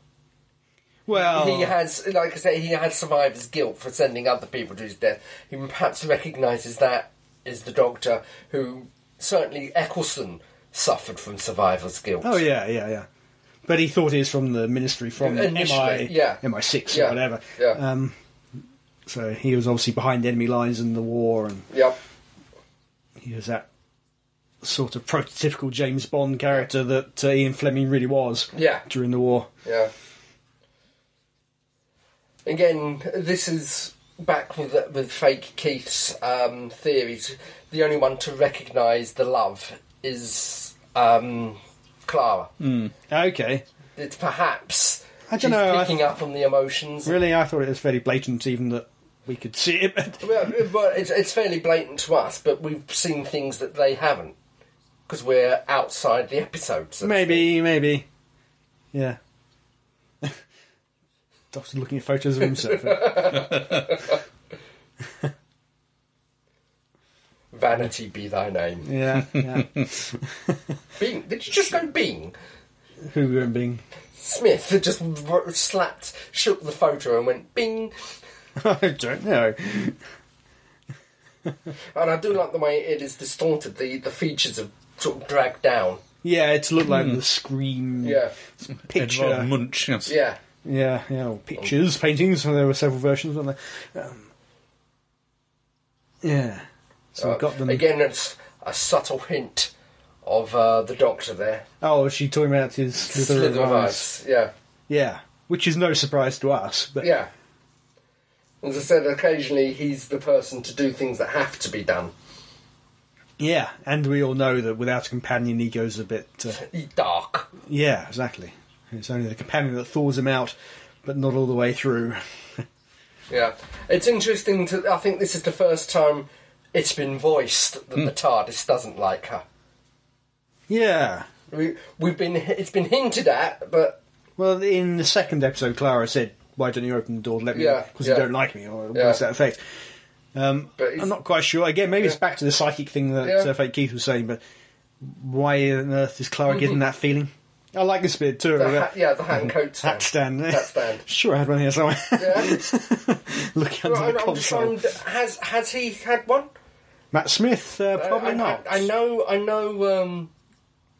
[SPEAKER 2] Well,
[SPEAKER 3] He has, like I say, he had survivor's guilt for sending other people to his death. He perhaps recognises that is the Doctor, who certainly Eccleston suffered from survivor's guilt.
[SPEAKER 2] Oh yeah, yeah, yeah. But he thought he was from the ministry, from MI,
[SPEAKER 3] Initially, yeah.
[SPEAKER 2] MI6
[SPEAKER 3] Yeah,
[SPEAKER 2] or whatever.
[SPEAKER 3] yeah.
[SPEAKER 2] Um, so he was obviously behind enemy lines in the war, and
[SPEAKER 3] Yep.
[SPEAKER 2] he was that sort of prototypical James Bond character that uh, Ian Fleming really was
[SPEAKER 3] Yeah.
[SPEAKER 2] during the war.
[SPEAKER 3] Yeah. Again, this is back with with fake Keith's um, theories. The only one to recognise the love is um, Clara.
[SPEAKER 2] Okay,
[SPEAKER 3] It's perhaps
[SPEAKER 2] Mm. I
[SPEAKER 3] she's
[SPEAKER 2] don't know. I-
[SPEAKER 3] picking up on the emotions.
[SPEAKER 2] really, I thought it was fairly blatant, even that we could see it. but-
[SPEAKER 3] Well, well, it's, it's fairly blatant to us, but we've seen things that they haven't because we're outside the episode. So
[SPEAKER 2] maybe, maybe, yeah. Doctor looking at photos of himself.
[SPEAKER 3] vanity be thy name.
[SPEAKER 2] yeah, yeah.
[SPEAKER 3] Bing, did you just go Bing?
[SPEAKER 2] Who we were being?
[SPEAKER 3] Smith just r- slapped, shook the photo, and went Bing.
[SPEAKER 2] I don't know.
[SPEAKER 3] And I do like the way it is distorted. The the features are sort of dragged down.
[SPEAKER 2] Yeah, it's looked like the scream
[SPEAKER 3] Yeah,
[SPEAKER 2] picture.
[SPEAKER 1] Edvard Munch, yes.
[SPEAKER 3] yeah,
[SPEAKER 2] Yeah, yeah, or pictures, paintings. There were several versions, weren't there? Um, yeah. So
[SPEAKER 3] Uh,
[SPEAKER 2] I got them.
[SPEAKER 3] again. It's a subtle hint of uh, the Doctor there.
[SPEAKER 2] Oh, is she talking about his slither of
[SPEAKER 3] Slither of
[SPEAKER 2] eyes?
[SPEAKER 3] ice. Yeah.
[SPEAKER 2] Yeah, which is no surprise to us. But
[SPEAKER 3] Yeah. As I said, occasionally he's the person to do things that have to be done.
[SPEAKER 2] yeah, and we all know that without a companion, he goes a bit. Uh,
[SPEAKER 3] Dark.
[SPEAKER 2] yeah, exactly. It's only the companion that thaws him out, but not all the way through.
[SPEAKER 3] Yeah. It's interesting to. I think this is the first time it's been voiced that
[SPEAKER 2] Hmm.
[SPEAKER 3] the TARDIS doesn't like her.
[SPEAKER 2] Yeah.
[SPEAKER 3] We, we've been. It's been hinted at, but
[SPEAKER 2] Well, in the second episode, Clara said, "Why don't you open the door? Let me,
[SPEAKER 3] Yeah,
[SPEAKER 2] because
[SPEAKER 3] yeah.
[SPEAKER 2] you don't like me, or
[SPEAKER 3] Yeah.
[SPEAKER 2] what's that effect?" Um,
[SPEAKER 3] But it's-
[SPEAKER 2] I'm not quite sure. Again, maybe it's
[SPEAKER 3] Yeah.
[SPEAKER 2] back to the psychic thing that
[SPEAKER 3] Yeah.
[SPEAKER 2] uh, Fake Keith was saying, but why on earth is Clara giving that feeling? I like this bit too.
[SPEAKER 3] Mm-hmm. The
[SPEAKER 2] of
[SPEAKER 3] hat,
[SPEAKER 2] a
[SPEAKER 3] yeah, the hat and coat stand.
[SPEAKER 2] Hat stand.
[SPEAKER 3] Hat stand.
[SPEAKER 2] sure, I had one here somewhere.
[SPEAKER 3] Yeah.
[SPEAKER 2] Look under
[SPEAKER 3] Well,
[SPEAKER 2] the
[SPEAKER 3] I'm, I'm just trying.
[SPEAKER 2] console.
[SPEAKER 3] To, has has he had one?
[SPEAKER 2] Matt Smith, uh, probably
[SPEAKER 3] I, I-
[SPEAKER 2] not.
[SPEAKER 3] I, know. I know. Um,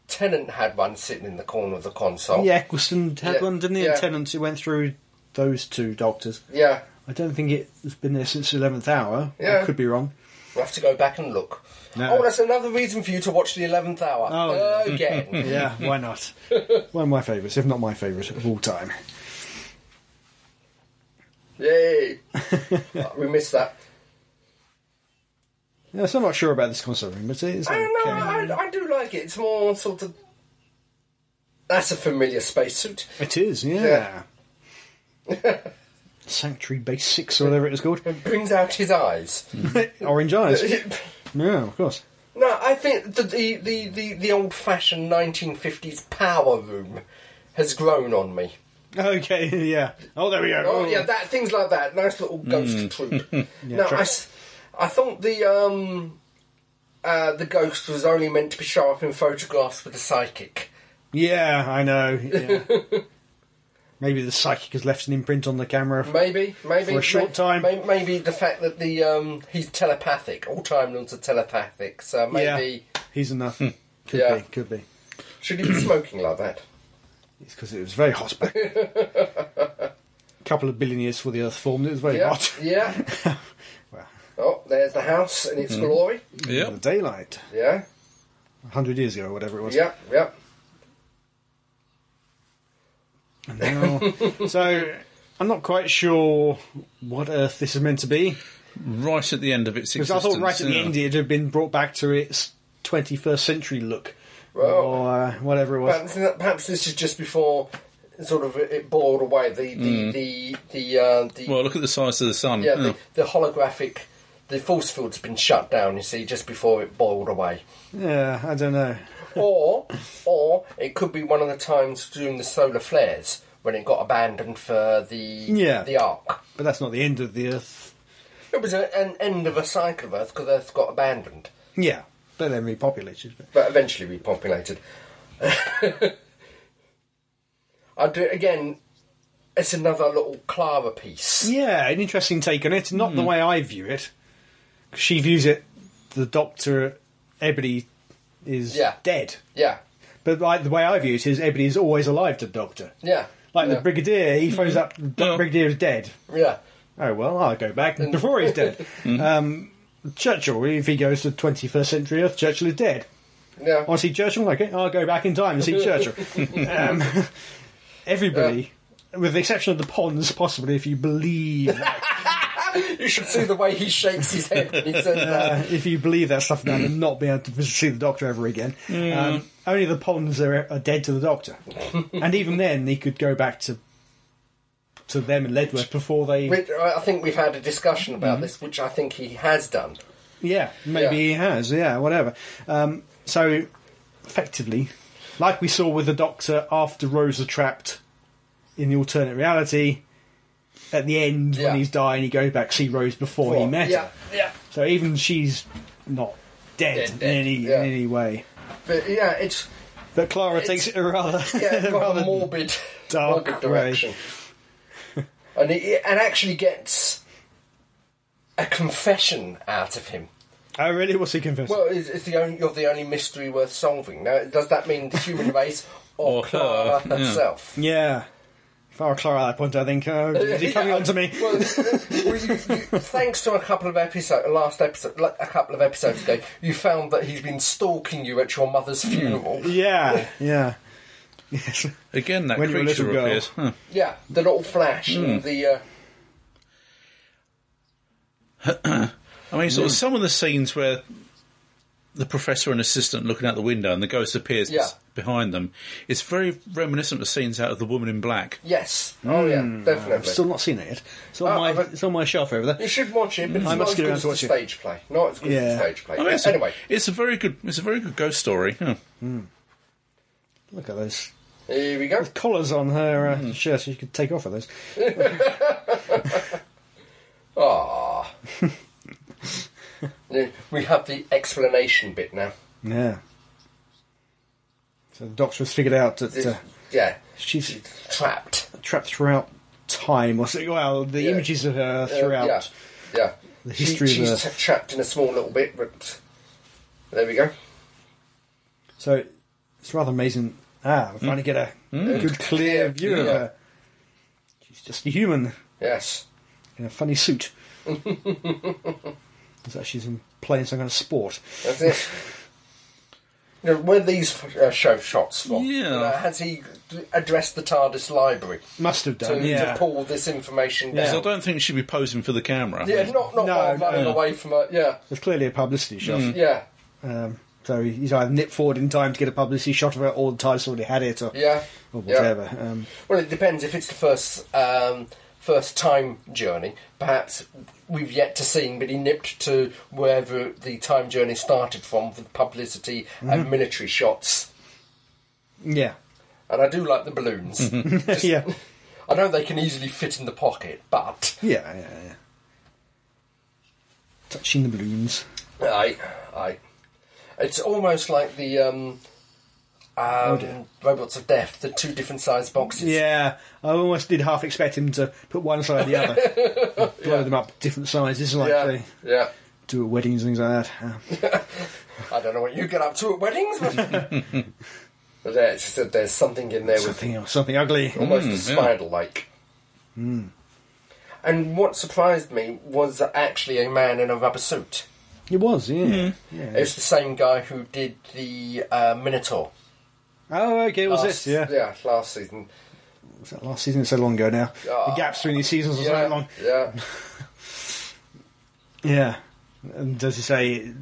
[SPEAKER 3] Tennant had one sitting in the corner of the console.
[SPEAKER 2] Yeah, Eccleston had
[SPEAKER 3] Yeah,
[SPEAKER 2] one, didn't he? And
[SPEAKER 3] yeah.
[SPEAKER 2] Tennant, it went through those two doctors.
[SPEAKER 3] Yeah.
[SPEAKER 2] I don't think it has been there since the 11th hour.
[SPEAKER 3] Yeah.
[SPEAKER 2] I could be wrong.
[SPEAKER 3] We'll have to go back and look.
[SPEAKER 2] No.
[SPEAKER 3] Oh, that's another reason for you to watch the eleventh hour
[SPEAKER 2] Oh,
[SPEAKER 3] again.
[SPEAKER 2] Yeah, why not? one of my favourites, if not my favourite of all time.
[SPEAKER 3] Yay! we missed that.
[SPEAKER 2] Yeah, so I'm not sure about this console room, but it's
[SPEAKER 3] I
[SPEAKER 2] okay.
[SPEAKER 3] don't know. I, I do like it. It's more sort of. That's a familiar spacesuit.
[SPEAKER 2] It is, yeah.
[SPEAKER 3] Yeah.
[SPEAKER 2] Sanctuary Base 6 or whatever it was called.
[SPEAKER 3] It brings out his eyes.
[SPEAKER 2] Orange Eyes. Yeah, of course.
[SPEAKER 3] No, I think the the, the, the, the old fashioned 1950s power room has grown on me.
[SPEAKER 2] Okay, yeah. Oh, Hmm. there we go.
[SPEAKER 3] Oh, yeah, that things like that. Nice little ghost troop. now,
[SPEAKER 2] true.
[SPEAKER 3] I, s- I thought the um, uh, the ghost was only meant to be show up in photographs with a psychic.
[SPEAKER 2] Yeah, I know. Yeah. Maybe the psychic has left an imprint on the camera.
[SPEAKER 3] Maybe, maybe
[SPEAKER 2] For a short
[SPEAKER 3] may-
[SPEAKER 2] time.
[SPEAKER 3] may- maybe the fact that the um, he's telepathic. All time lords are telepathic, so maybe Hmm.
[SPEAKER 2] Yeah, he's enough. Could
[SPEAKER 3] Yeah.
[SPEAKER 2] be, could be.
[SPEAKER 3] should he be smoking like that?
[SPEAKER 2] It's because it was very hot back. A couple of billion years before the Earth formed, it was very
[SPEAKER 3] Yeah,
[SPEAKER 2] hot.
[SPEAKER 3] yeah.
[SPEAKER 2] Wow.
[SPEAKER 3] Oh, there's the house in
[SPEAKER 2] Hmm.
[SPEAKER 3] its glory.
[SPEAKER 2] The
[SPEAKER 1] Yep.
[SPEAKER 2] daylight,
[SPEAKER 3] Yeah,
[SPEAKER 2] a hundred years ago, or whatever it was.
[SPEAKER 3] yeah, yeah.
[SPEAKER 2] And now- so I'm not quite sure what Earth this is meant to be
[SPEAKER 1] Right at the end of its
[SPEAKER 2] because I
[SPEAKER 1] existence.
[SPEAKER 2] thought right at the
[SPEAKER 1] yeah.
[SPEAKER 2] end it'd have been brought back to its 21st century look,
[SPEAKER 3] Well-
[SPEAKER 2] or uh, whatever it was.
[SPEAKER 3] Perhaps, perhaps this is just before sort of it bored away the the
[SPEAKER 2] Hmm.
[SPEAKER 3] the the, uh, the
[SPEAKER 1] Well, look at the size of the sun.
[SPEAKER 3] yeah
[SPEAKER 1] Oh.
[SPEAKER 3] the, the holographic the force field's been shut down. You see, just before it boiled away,
[SPEAKER 2] Yeah, I don't know.
[SPEAKER 3] or or it could be one of the times during the solar flares when it got abandoned for the
[SPEAKER 2] Yeah.
[SPEAKER 3] the arc.
[SPEAKER 2] But that's not the end of the Earth.
[SPEAKER 3] It was a, an end of a cycle of Earth because Earth got abandoned,
[SPEAKER 2] Yeah, but then repopulated. But
[SPEAKER 3] but eventually repopulated. I do again. It's another little Clara piece.
[SPEAKER 2] Yeah, an interesting take on it.
[SPEAKER 1] Hmm.
[SPEAKER 2] Not the way I view it. 'Cause She views it. The Doctor, Ebony, is
[SPEAKER 3] Yeah.
[SPEAKER 2] dead.
[SPEAKER 3] Yeah,
[SPEAKER 2] But like the way I view it is, Ebony is always alive to the Doctor.
[SPEAKER 3] yeah.
[SPEAKER 2] Like
[SPEAKER 3] yeah.
[SPEAKER 2] the Brigadier, he throws up. The
[SPEAKER 1] Yeah.
[SPEAKER 2] Brigadier is dead.
[SPEAKER 3] Yeah,
[SPEAKER 2] Oh well, I'll go back before he's dead. um, Churchill, if he goes to 21st century Earth, Churchill is dead.
[SPEAKER 3] yeah.
[SPEAKER 2] I see Churchill. Okay, I'll go back in time and see Churchill. um, everybody, with the exception of the Ponds, possibly, if you believe
[SPEAKER 3] You should see the way he shakes his head when he says that.
[SPEAKER 2] uh, if you believe that stuff now, and not be able to visit- see the doctor ever again. Um, only the ponds are, are dead to the doctor, and even then, he could go back to to them and Ledworth before they.
[SPEAKER 3] Which, I I think we've had a discussion about
[SPEAKER 2] Mm-hmm.
[SPEAKER 3] this, which I think he has done.
[SPEAKER 2] yeah, maybe
[SPEAKER 3] Yeah.
[SPEAKER 2] he has. Yeah, whatever. Um, so, effectively, like we saw with the doctor after Rose was trapped in the alternate reality. At the end,
[SPEAKER 3] Yeah.
[SPEAKER 2] when he's dying, he goes back to see Rose before he met
[SPEAKER 3] yeah,
[SPEAKER 2] her.
[SPEAKER 3] yeah.
[SPEAKER 2] So even she's not dead,
[SPEAKER 3] Dead, dead,
[SPEAKER 2] in any
[SPEAKER 3] yeah.
[SPEAKER 2] in any way.
[SPEAKER 3] But yeah, it's
[SPEAKER 2] But Clara
[SPEAKER 3] It's-
[SPEAKER 2] takes it a rather,
[SPEAKER 3] yeah, it's got
[SPEAKER 2] rather
[SPEAKER 3] a morbid,
[SPEAKER 2] dark
[SPEAKER 3] morbid
[SPEAKER 2] way.
[SPEAKER 3] direction. and he, and actually gets a confession out of him.
[SPEAKER 2] I really was he confessing.
[SPEAKER 3] Well, it's, it's the only you're the only mystery worth solving. Now, does that mean the human race or,
[SPEAKER 1] Or her,
[SPEAKER 3] Clara
[SPEAKER 1] yeah.
[SPEAKER 3] herself?
[SPEAKER 2] yeah. If I were Clara at that point, I think, oh, is he coming on to me?
[SPEAKER 3] Well, well, you, you, thanks to a couple of episodes, last episode, like a couple of episodes ago, you found that he's been stalking you at your mother's
[SPEAKER 2] Hmm.
[SPEAKER 3] funeral.
[SPEAKER 2] yeah, yeah. Yes.
[SPEAKER 1] Again, that
[SPEAKER 2] When you were a
[SPEAKER 1] creature
[SPEAKER 2] little girl.
[SPEAKER 1] appears. Huh.
[SPEAKER 3] Yeah, the little flash
[SPEAKER 2] Hmm.
[SPEAKER 3] and the. Uh,
[SPEAKER 1] I mean,
[SPEAKER 3] Mm.
[SPEAKER 1] sort of some of the scenes where the professor and assistant looking out the window and the ghost appears
[SPEAKER 3] Yeah.
[SPEAKER 1] behind them, it's very reminiscent of scenes out of The Woman in Black.
[SPEAKER 3] yes. Oh yeah,
[SPEAKER 2] I've
[SPEAKER 3] definitely.
[SPEAKER 2] Hmm. still not seen it yet. It's on,
[SPEAKER 3] Oh,
[SPEAKER 2] my,
[SPEAKER 3] but-
[SPEAKER 2] it's on my shelf over
[SPEAKER 3] you
[SPEAKER 2] there.
[SPEAKER 3] should watch it, but it's
[SPEAKER 2] I
[SPEAKER 3] not
[SPEAKER 2] must
[SPEAKER 3] as
[SPEAKER 2] get
[SPEAKER 3] good
[SPEAKER 2] around
[SPEAKER 3] as
[SPEAKER 2] to
[SPEAKER 3] the
[SPEAKER 2] watch it.
[SPEAKER 3] stage play. Not as good as
[SPEAKER 2] Yeah. Oh,
[SPEAKER 3] the stage play.
[SPEAKER 1] I mean, it's,
[SPEAKER 3] anyway,
[SPEAKER 1] a, it's a very good, it's a very good ghost story. Huh.
[SPEAKER 2] Look at those
[SPEAKER 3] here we go.
[SPEAKER 2] collars on her uh,
[SPEAKER 3] Hmm.
[SPEAKER 2] shirt. You could take off of those.
[SPEAKER 3] Ah, Yeah, We have the explanation bit now.
[SPEAKER 2] Yeah. So the Doctor has figured out that uh,
[SPEAKER 3] yeah,
[SPEAKER 2] she's
[SPEAKER 3] trapped.
[SPEAKER 2] trapped throughout time, or something. Well, the
[SPEAKER 3] Yeah.
[SPEAKER 2] images of her
[SPEAKER 3] Uh,
[SPEAKER 2] throughout.
[SPEAKER 3] yeah, yeah.
[SPEAKER 2] the history of
[SPEAKER 3] she's
[SPEAKER 2] the-
[SPEAKER 3] t- trapped in a small little bit, but there we go.
[SPEAKER 2] So it's rather amazing. Ah, we're
[SPEAKER 3] Hmm.
[SPEAKER 2] finally get a good, clear view of
[SPEAKER 3] Yeah.
[SPEAKER 2] her. She's just a human
[SPEAKER 3] Yes.
[SPEAKER 2] in a funny suit. it's like she's in- playing some kind of sport.
[SPEAKER 3] That's it. You know, where are these uh, show shots from?
[SPEAKER 1] Yeah.
[SPEAKER 3] You know, has he addressed the TARDIS library
[SPEAKER 2] Must have
[SPEAKER 3] to,
[SPEAKER 2] done,
[SPEAKER 3] to
[SPEAKER 2] yeah.
[SPEAKER 3] pull this information
[SPEAKER 2] Yeah.
[SPEAKER 1] So I
[SPEAKER 3] down?
[SPEAKER 1] don't think she'd be posing for the camera.
[SPEAKER 3] Yeah, not not
[SPEAKER 2] No,
[SPEAKER 3] while running
[SPEAKER 2] no.
[SPEAKER 3] away from a yeah
[SPEAKER 2] There's clearly a publicity shot.
[SPEAKER 3] yeah
[SPEAKER 2] Um, so he's either nipped forward in time to get a publicity shot of her, or the TARDIS already had it, or,
[SPEAKER 3] yeah
[SPEAKER 2] or
[SPEAKER 3] yeah.
[SPEAKER 2] whatever. Um,
[SPEAKER 3] Well, it depends. If it's the first um, first time journey, perhaps we've yet to see. But he nipped to wherever the time journey started from with publicity and military shots.
[SPEAKER 2] yeah.
[SPEAKER 3] And I do like the balloons. Just-
[SPEAKER 2] yeah.
[SPEAKER 3] I know they can easily fit in the pocket, but
[SPEAKER 2] Yeah, yeah, yeah. Touching the balloons.
[SPEAKER 3] I, I, it's almost like the um, um,
[SPEAKER 2] dear.
[SPEAKER 3] robots of death, the two different sized boxes.
[SPEAKER 2] Yeah, I almost did half expect him to put one side the other, blow them up different sizes like
[SPEAKER 3] yeah,
[SPEAKER 2] they
[SPEAKER 3] yeah.
[SPEAKER 2] do at weddings and things like that. Uh,
[SPEAKER 3] I don't know what you get up to at weddings, but but there's, there's something in there with
[SPEAKER 2] something else, something ugly.
[SPEAKER 3] almost
[SPEAKER 1] Mm, yeah.
[SPEAKER 3] spider like.
[SPEAKER 2] Hmm.
[SPEAKER 3] And what surprised me was that actually a man in a rubber suit.
[SPEAKER 2] It was, yeah.
[SPEAKER 3] Mm.
[SPEAKER 2] yeah.
[SPEAKER 3] It's the same guy who did the uh, Minotaur.
[SPEAKER 2] oh, okay, it was
[SPEAKER 3] last-
[SPEAKER 2] this, yeah.
[SPEAKER 3] Yeah, last season.
[SPEAKER 2] Was that last season? It's so long ago now.
[SPEAKER 3] Ah.
[SPEAKER 2] the gaps between these seasons are
[SPEAKER 3] yeah,
[SPEAKER 2] so long.
[SPEAKER 3] yeah.
[SPEAKER 2] Yeah. And as you say, it,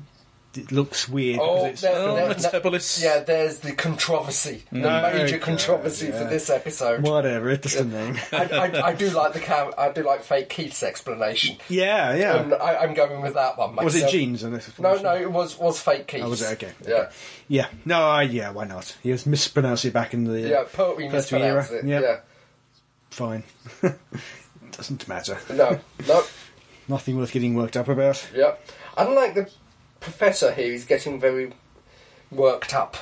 [SPEAKER 2] it looks weird.
[SPEAKER 3] Oh,
[SPEAKER 2] 'cause it's,
[SPEAKER 3] there-
[SPEAKER 1] Oh,
[SPEAKER 3] there-
[SPEAKER 1] Metabolus.
[SPEAKER 3] Yeah, there's the controversy,
[SPEAKER 2] No,
[SPEAKER 3] the major
[SPEAKER 2] God,
[SPEAKER 3] controversy for
[SPEAKER 2] yeah.
[SPEAKER 3] this episode.
[SPEAKER 2] whatever, Uh, it's just a name.
[SPEAKER 3] I, I, I do like the cam- I do like fake Keith's explanation.
[SPEAKER 2] Yeah, yeah.
[SPEAKER 3] Um, I, I'm going with that one. Myself.
[SPEAKER 2] was it jeans? And this-
[SPEAKER 3] No, no, it was was fake Keith's.
[SPEAKER 2] Oh, was it? Okay.
[SPEAKER 3] Yeah,
[SPEAKER 2] Yeah, no, I, yeah, why not? He was mispronounced it back in the uh,
[SPEAKER 3] yeah. Poetry
[SPEAKER 2] First era,
[SPEAKER 3] mispronounced it.
[SPEAKER 2] yeah.
[SPEAKER 3] Yeah.
[SPEAKER 2] Fine. Doesn't matter.
[SPEAKER 3] No, no,
[SPEAKER 2] Nothing worth getting worked up about.
[SPEAKER 3] yeah. Unlike the professor here, he's getting very worked up.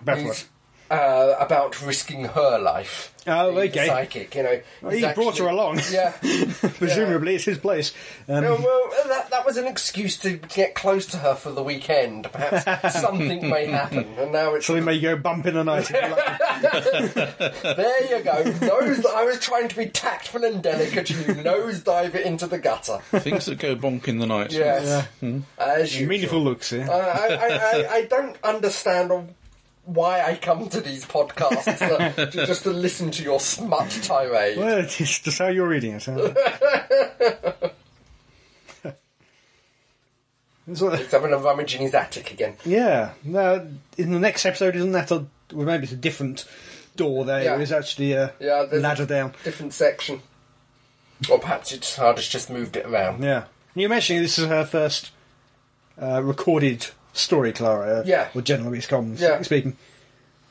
[SPEAKER 2] About
[SPEAKER 3] He's-
[SPEAKER 2] what?
[SPEAKER 3] Uh, about risking her life.
[SPEAKER 2] Oh,
[SPEAKER 3] Being
[SPEAKER 2] okay.
[SPEAKER 3] Psychic, you know.
[SPEAKER 2] Well,
[SPEAKER 3] he's
[SPEAKER 2] he brought her along.
[SPEAKER 3] Yeah.
[SPEAKER 2] Presumably, it's his place. Um,
[SPEAKER 3] No, well, that, that was an excuse to get close to her for the weekend. Perhaps something may happen, and now it's
[SPEAKER 2] so they may go bump in the night. and be like,
[SPEAKER 3] there. You go. Nose. I was trying to be tactful and delicate. You nosedive it into the gutter.
[SPEAKER 1] Things that go bonk in the night.
[SPEAKER 3] Yes, as usual.
[SPEAKER 2] meaningful looks here.
[SPEAKER 3] I, I, I, I don't understand on why I come to these podcasts uh, to, just to listen to your smut tirade.
[SPEAKER 2] well, it's just how you're reading it. huh? It's like-
[SPEAKER 3] He's having a rummage in his attic again.
[SPEAKER 2] yeah. Now, in the next episode, isn't that a. Well, maybe it's a different door there.
[SPEAKER 3] Yeah.
[SPEAKER 2] It was actually a
[SPEAKER 3] Yeah, there's a
[SPEAKER 2] ladder down.
[SPEAKER 3] different section, or perhaps it's TARDIS just moved it around.
[SPEAKER 2] Yeah. Can you imagine this is her first uh, recorded story, Clara? uh,
[SPEAKER 3] Yeah.
[SPEAKER 2] Or generally, it's common,
[SPEAKER 3] Yeah.
[SPEAKER 2] speaking.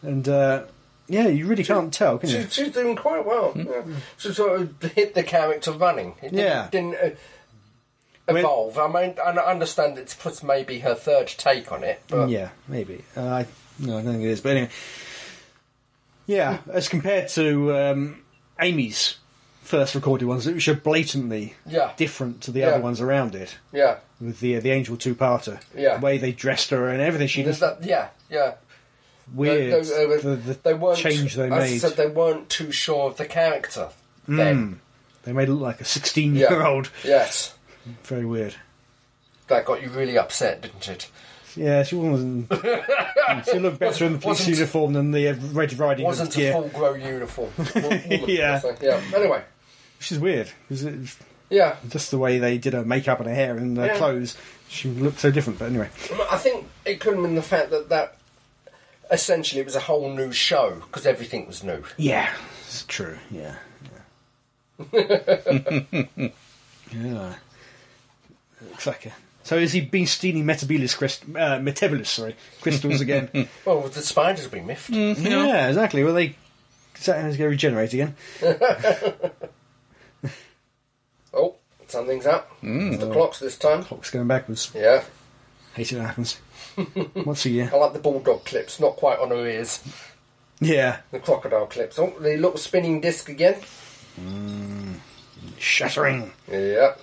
[SPEAKER 2] And, uh, yeah, you really can't tell, can you?
[SPEAKER 3] She, she's doing quite well.
[SPEAKER 2] Hmm.
[SPEAKER 3] Yeah. She sort of hit the character running. It didn't-
[SPEAKER 2] Yeah.
[SPEAKER 3] didn't, uh,
[SPEAKER 2] I mean-
[SPEAKER 3] evolve. I mean, I understand it's put maybe her third take on it, but
[SPEAKER 2] Yeah, maybe. Uh, I, no, I don't think it is. But anyway. Yeah, as compared to um, Amy's first recorded ones, which are blatantly
[SPEAKER 3] Yeah.
[SPEAKER 2] different to the
[SPEAKER 3] Yeah.
[SPEAKER 2] other ones around it.
[SPEAKER 3] yeah,
[SPEAKER 2] With the the Angel two parter,
[SPEAKER 3] Yeah.
[SPEAKER 2] the way they dressed her and everything, she
[SPEAKER 3] There's
[SPEAKER 2] was
[SPEAKER 3] that, yeah, yeah.
[SPEAKER 2] weird.
[SPEAKER 3] They, they-
[SPEAKER 2] the, the
[SPEAKER 3] they weren't,
[SPEAKER 2] change they
[SPEAKER 3] as I
[SPEAKER 2] made,
[SPEAKER 3] said, they weren't too sure of the character then.
[SPEAKER 2] they made her look like a sixteen year old.
[SPEAKER 3] Yes.
[SPEAKER 2] Very weird.
[SPEAKER 3] That got you really upset, didn't it?
[SPEAKER 2] Yeah, she wasn't. she looked better in the police
[SPEAKER 3] Wasn't-
[SPEAKER 2] uniform than the uh, Red Riding Hood
[SPEAKER 3] Wasn't a
[SPEAKER 2] gear,
[SPEAKER 3] full grown uniform.
[SPEAKER 2] Yeah.
[SPEAKER 3] yeah. Anyway,
[SPEAKER 2] which is weird because
[SPEAKER 3] yeah.
[SPEAKER 2] just the way they did her makeup and her hair and her
[SPEAKER 3] Yeah.
[SPEAKER 2] clothes, she looked so different. But anyway,
[SPEAKER 3] I think it could have been the fact that that essentially it was a whole new show because everything was new.
[SPEAKER 2] yeah, it's true. Yeah, yeah. yeah. Looks like a. So is he been stealing metabolus, crystal, uh, metabolus, sorry, crystals again?
[SPEAKER 3] Well, the spiders we miffed.
[SPEAKER 2] yeah. exactly. Well, they. Saturn's going to regenerate again.
[SPEAKER 3] Oh, Something's up.
[SPEAKER 2] Hmm.
[SPEAKER 3] It's the clocks this time.
[SPEAKER 2] Clock's going backwards.
[SPEAKER 3] Yeah.
[SPEAKER 2] Hate it when it happens. Once a year.
[SPEAKER 3] I like the bulldog clips, not quite on her ears.
[SPEAKER 2] Yeah.
[SPEAKER 3] The crocodile clips. Oh, the little spinning disc again.
[SPEAKER 2] Shattering.
[SPEAKER 3] Yeah.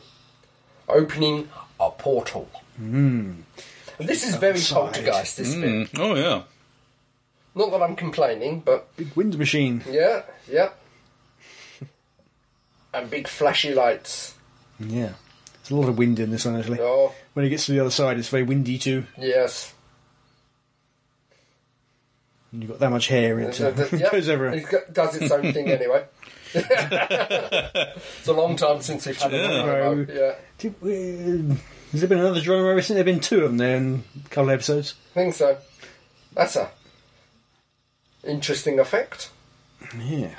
[SPEAKER 3] Opening a portal.
[SPEAKER 2] Hmm.
[SPEAKER 3] Mm. This is very
[SPEAKER 2] Outside.
[SPEAKER 3] poltergeist, this
[SPEAKER 2] Hmm.
[SPEAKER 3] bit.
[SPEAKER 1] Mm. Oh yeah.
[SPEAKER 3] Not that I'm complaining, but
[SPEAKER 2] Big wind machine.
[SPEAKER 3] yeah, yeah. and big flashy lights.
[SPEAKER 2] Yeah. There's a lot of wind in this one, actually.
[SPEAKER 3] Oh,
[SPEAKER 2] When it gets to the other side, it's very windy too.
[SPEAKER 3] yes.
[SPEAKER 2] And you've got that much hair, it uh,
[SPEAKER 3] Yep.
[SPEAKER 2] goes everywhere.
[SPEAKER 3] It go- does its own thing anyway. it's a long time since we've had
[SPEAKER 1] Yeah.
[SPEAKER 3] another one. Yeah,
[SPEAKER 2] Did we- Has there been another Geronimo recently? There have been two of them there in a couple of episodes.
[SPEAKER 3] I think so. That's a interesting effect.
[SPEAKER 2] Yeah.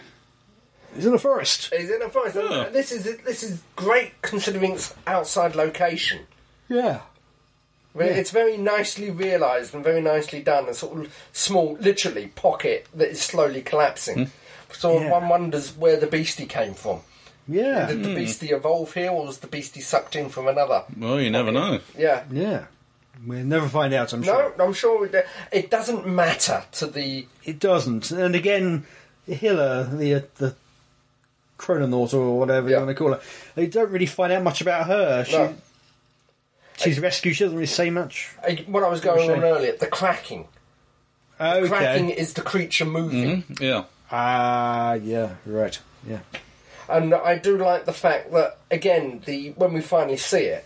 [SPEAKER 2] He's in a forest.
[SPEAKER 3] Is it a forest?
[SPEAKER 1] Yeah.
[SPEAKER 3] This is this is great considering its outside location.
[SPEAKER 2] Yeah.
[SPEAKER 3] Well, It's very nicely realised and very nicely done. A sort of small, literally pocket that is slowly collapsing. So
[SPEAKER 2] Yeah.
[SPEAKER 3] one wonders where the beastie came from.
[SPEAKER 2] Yeah.
[SPEAKER 3] Did the beastie evolve here, or was the beastie sucked in from another?
[SPEAKER 1] Well, you never know.
[SPEAKER 3] Yeah.
[SPEAKER 2] Yeah. We'll never find out, I'm sure.
[SPEAKER 3] No, I'm sure it, it doesn't matter to the.
[SPEAKER 2] It doesn't. And again, Hiller, the uh, the Chrononaut or whatever
[SPEAKER 3] Yeah.
[SPEAKER 2] you want to call her, they don't really find out much about her. She,
[SPEAKER 3] No.
[SPEAKER 2] She's rescued. She doesn't really say much.
[SPEAKER 3] I- What I was going on
[SPEAKER 2] Shame.
[SPEAKER 3] earlier, the cracking.
[SPEAKER 2] Okay.
[SPEAKER 3] Cracking is the creature moving.
[SPEAKER 1] Mm-hmm. Yeah.
[SPEAKER 2] Ah, yeah, right. Yeah.
[SPEAKER 3] And I do like the fact that, again, the when we finally see it,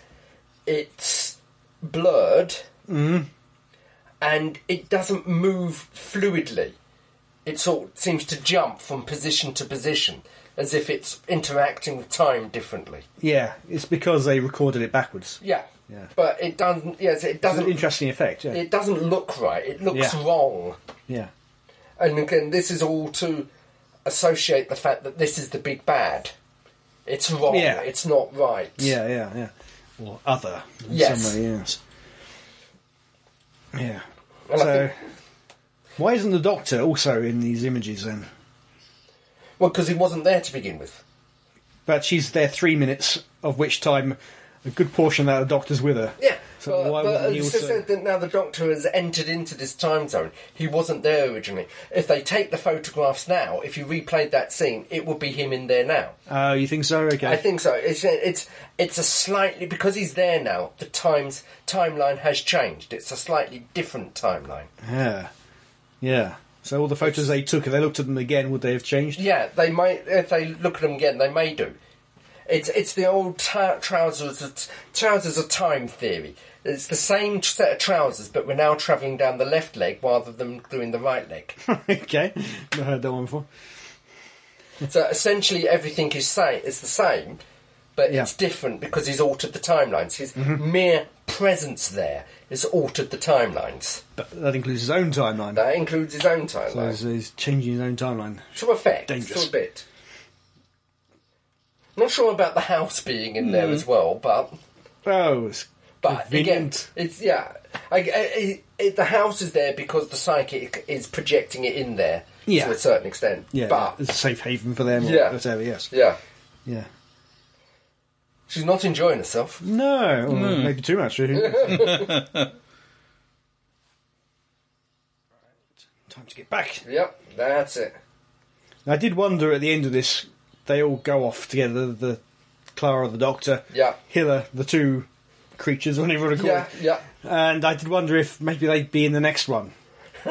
[SPEAKER 3] it's blurred
[SPEAKER 2] Mm-hmm.
[SPEAKER 3] and it doesn't move fluidly. It sort of seems to jump from position to position as if it's interacting with time differently.
[SPEAKER 2] Yeah, it's because they recorded it backwards.
[SPEAKER 3] Yeah.
[SPEAKER 2] Yeah.
[SPEAKER 3] But it doesn't. Yes, it
[SPEAKER 2] It's an
[SPEAKER 3] doesn't.
[SPEAKER 2] interesting effect, yeah.
[SPEAKER 3] It doesn't look right. It looks
[SPEAKER 2] Yeah.
[SPEAKER 3] wrong.
[SPEAKER 2] yeah.
[SPEAKER 3] And again, this is all to associate the fact that this is the big bad. It's wrong.
[SPEAKER 2] Yeah.
[SPEAKER 3] It's not right.
[SPEAKER 2] Yeah, yeah, yeah. Or other in
[SPEAKER 3] Yes.
[SPEAKER 2] some way, yes. Yeah.
[SPEAKER 3] Well, I
[SPEAKER 2] so,
[SPEAKER 3] think-
[SPEAKER 2] why isn't the doctor also in these images then?
[SPEAKER 3] Well, because he wasn't there to begin with.
[SPEAKER 2] But she's there three minutes, of which time a good portion of that the doctor's with her.
[SPEAKER 3] Yeah.
[SPEAKER 2] So
[SPEAKER 3] but,
[SPEAKER 2] why
[SPEAKER 3] but
[SPEAKER 2] wouldn't he
[SPEAKER 3] it's just
[SPEAKER 2] also-
[SPEAKER 3] that- that now the Doctor has entered into this time zone. He wasn't there originally. If they take the photographs now, if you replayed that scene, it would be him in there now.
[SPEAKER 2] Oh, you think so? Okay.
[SPEAKER 3] I think so. It's it's it's a slightly because he's there now. The times timeline has changed. It's a slightly different timeline.
[SPEAKER 2] Yeah. Yeah. So all the photos they took, if they looked at them again, would they have changed?
[SPEAKER 3] Yeah, they might if they look at them again, they may do. It's it's the old t- trousers trousers of time theory. It's the same set of trousers, but we're now travelling down the left leg rather than doing the right leg.
[SPEAKER 2] okay. Never heard that one before.
[SPEAKER 3] so essentially, everything is say is the same, but
[SPEAKER 2] Yeah. Mm-hmm.
[SPEAKER 3] it's different because he's altered the timelines. His mere presence there has altered the timelines.
[SPEAKER 2] But that includes his own timeline.
[SPEAKER 3] That includes his own timeline.
[SPEAKER 2] He's, he's changing his own timeline.
[SPEAKER 3] To effect,
[SPEAKER 2] Dangerous.
[SPEAKER 3] to a bit. Not sure about the house being in
[SPEAKER 2] Mm.
[SPEAKER 3] there as well, but
[SPEAKER 2] Oh, it's
[SPEAKER 3] But
[SPEAKER 2] Convenient.
[SPEAKER 3] again, it's yeah. I, I, I, the house is there because the psychic is projecting it in there
[SPEAKER 2] Yeah.
[SPEAKER 3] to a certain extent.
[SPEAKER 2] yeah,
[SPEAKER 3] but
[SPEAKER 2] it's a safe haven for them or
[SPEAKER 3] Yeah.
[SPEAKER 2] whatever. Yes,
[SPEAKER 3] yeah,
[SPEAKER 2] yeah.
[SPEAKER 3] she's not enjoying herself.
[SPEAKER 2] No, or
[SPEAKER 3] Hmm.
[SPEAKER 2] maybe too much. who knows? Time to get back.
[SPEAKER 3] Yep, that's it.
[SPEAKER 2] I did wonder at the end of this, they all go off together. The Clara, the Doctor,
[SPEAKER 3] Yeah.
[SPEAKER 2] Hiller, the two creatures, whatever you want to call
[SPEAKER 3] Yeah,
[SPEAKER 2] them.
[SPEAKER 3] yeah.
[SPEAKER 2] And I did wonder if maybe they'd be in the next one.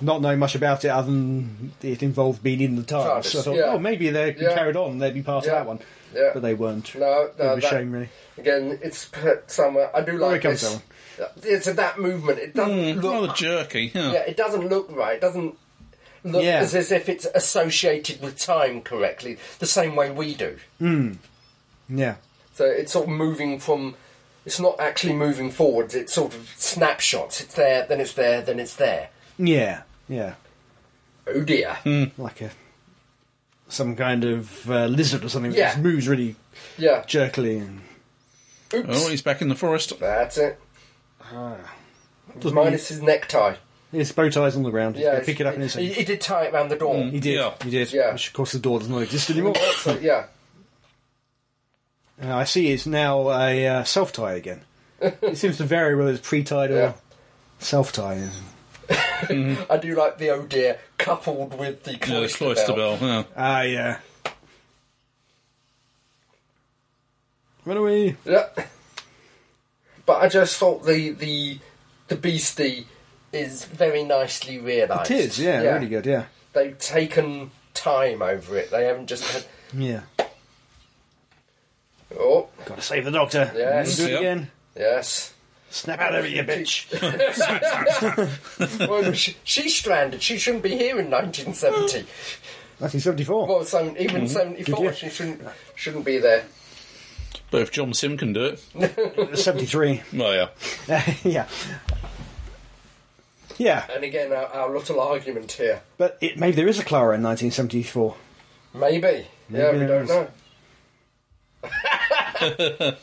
[SPEAKER 2] Not knowing much about it other than it involved being in the TARDIS.
[SPEAKER 3] TARDIS,
[SPEAKER 2] So I thought,
[SPEAKER 3] yeah.
[SPEAKER 2] oh, maybe they
[SPEAKER 3] Yeah.
[SPEAKER 2] carried on, they'd be part
[SPEAKER 3] Yeah.
[SPEAKER 2] of that one.
[SPEAKER 3] Yeah.
[SPEAKER 2] But they weren't.
[SPEAKER 3] No,
[SPEAKER 2] Bit
[SPEAKER 3] no.
[SPEAKER 2] of a
[SPEAKER 3] that-
[SPEAKER 2] shame, really.
[SPEAKER 3] Again, it's put somewhere. I do
[SPEAKER 2] Where
[SPEAKER 3] like
[SPEAKER 2] it comes
[SPEAKER 3] this. It's that movement. It doesn't
[SPEAKER 1] Mm,
[SPEAKER 3] look.
[SPEAKER 1] rather jerky. Yeah.
[SPEAKER 3] Yeah, it doesn't look right. It doesn't look
[SPEAKER 2] Yeah.
[SPEAKER 3] as, as if it's associated with time correctly, the same way we do.
[SPEAKER 2] Yeah.
[SPEAKER 3] So it's sort of moving from. It's not actually moving forwards. It's sort of snapshots. It's there, then it's there, then it's there.
[SPEAKER 2] Yeah. Yeah.
[SPEAKER 3] Oh dear.
[SPEAKER 2] Like a some kind of uh, lizard or something
[SPEAKER 3] Yeah.
[SPEAKER 2] that just moves really
[SPEAKER 3] Yeah.
[SPEAKER 2] jerkily and
[SPEAKER 3] Oops.
[SPEAKER 1] Oh, he's back in the forest.
[SPEAKER 3] That's it.
[SPEAKER 2] doesn't
[SPEAKER 3] Minus his necktie.
[SPEAKER 2] really- his bow tie's on the ground. He's
[SPEAKER 3] Yeah.
[SPEAKER 2] gonna pick it up in Hmm. his
[SPEAKER 3] He, he did tie it round the door.
[SPEAKER 2] He did.
[SPEAKER 1] Yeah.
[SPEAKER 2] He did.
[SPEAKER 3] Yeah.
[SPEAKER 2] Which of course the door does not exist anymore.
[SPEAKER 3] So, yeah.
[SPEAKER 2] Uh, I see it's now a uh, self tie again. it seems to vary whether it's pre tied or
[SPEAKER 3] Yeah.
[SPEAKER 2] self tie.
[SPEAKER 3] I do like the oh dear coupled with the
[SPEAKER 1] Yeah, the
[SPEAKER 3] cloister,
[SPEAKER 1] cloister
[SPEAKER 3] bell.
[SPEAKER 1] bell. yeah.
[SPEAKER 2] Ah, yeah. Run away.
[SPEAKER 3] Yeah. But I just thought the the the beastie is very nicely realised.
[SPEAKER 2] It is, yeah, really good, yeah.
[SPEAKER 3] They've taken time over it. They haven't just had
[SPEAKER 2] Yeah.
[SPEAKER 3] oh
[SPEAKER 2] Gotta save the doctor.
[SPEAKER 3] Yes.
[SPEAKER 2] Do it
[SPEAKER 1] Yep.
[SPEAKER 2] again.
[SPEAKER 3] yes.
[SPEAKER 2] Snap out of it, you bitch.
[SPEAKER 3] well, she, she's stranded. She shouldn't be here in 1970.
[SPEAKER 2] 1974.
[SPEAKER 3] Well, so even 74,
[SPEAKER 2] Mm-hmm. year.
[SPEAKER 3] she shouldn't shouldn't be there.
[SPEAKER 1] But if John Sim can do it,
[SPEAKER 2] 73.
[SPEAKER 1] well, yeah.
[SPEAKER 2] yeah. Yeah,
[SPEAKER 3] And again, our, our little argument here.
[SPEAKER 2] but it, maybe there is a Clara in 1974.
[SPEAKER 3] Maybe. yeah, we
[SPEAKER 2] there
[SPEAKER 3] don't
[SPEAKER 2] is.
[SPEAKER 3] know.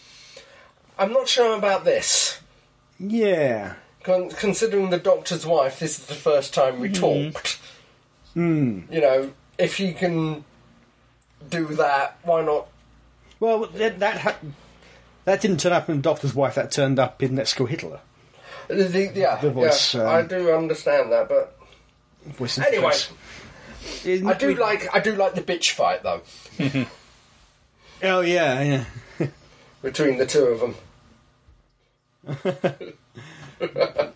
[SPEAKER 3] I'm not sure about this.
[SPEAKER 2] Yeah.
[SPEAKER 3] Con- considering the doctor's wife, this is the first time we
[SPEAKER 2] Mm-hmm.
[SPEAKER 3] talked.
[SPEAKER 2] Mm.
[SPEAKER 3] You know, if he can do that, why not?
[SPEAKER 2] Well, that that, ha- that didn't turn up in Doctor's Wife. That turned up in Let's Kill Hitler.
[SPEAKER 3] The- the- yeah,
[SPEAKER 2] The voice,
[SPEAKER 3] yeah,
[SPEAKER 2] um,
[SPEAKER 3] I do understand that, but
[SPEAKER 2] Voice in the
[SPEAKER 3] anyway,
[SPEAKER 2] press. Isn't
[SPEAKER 3] I do
[SPEAKER 2] it-
[SPEAKER 3] like I do like the bitch fight though
[SPEAKER 2] Oh yeah, yeah.
[SPEAKER 3] between the two of them.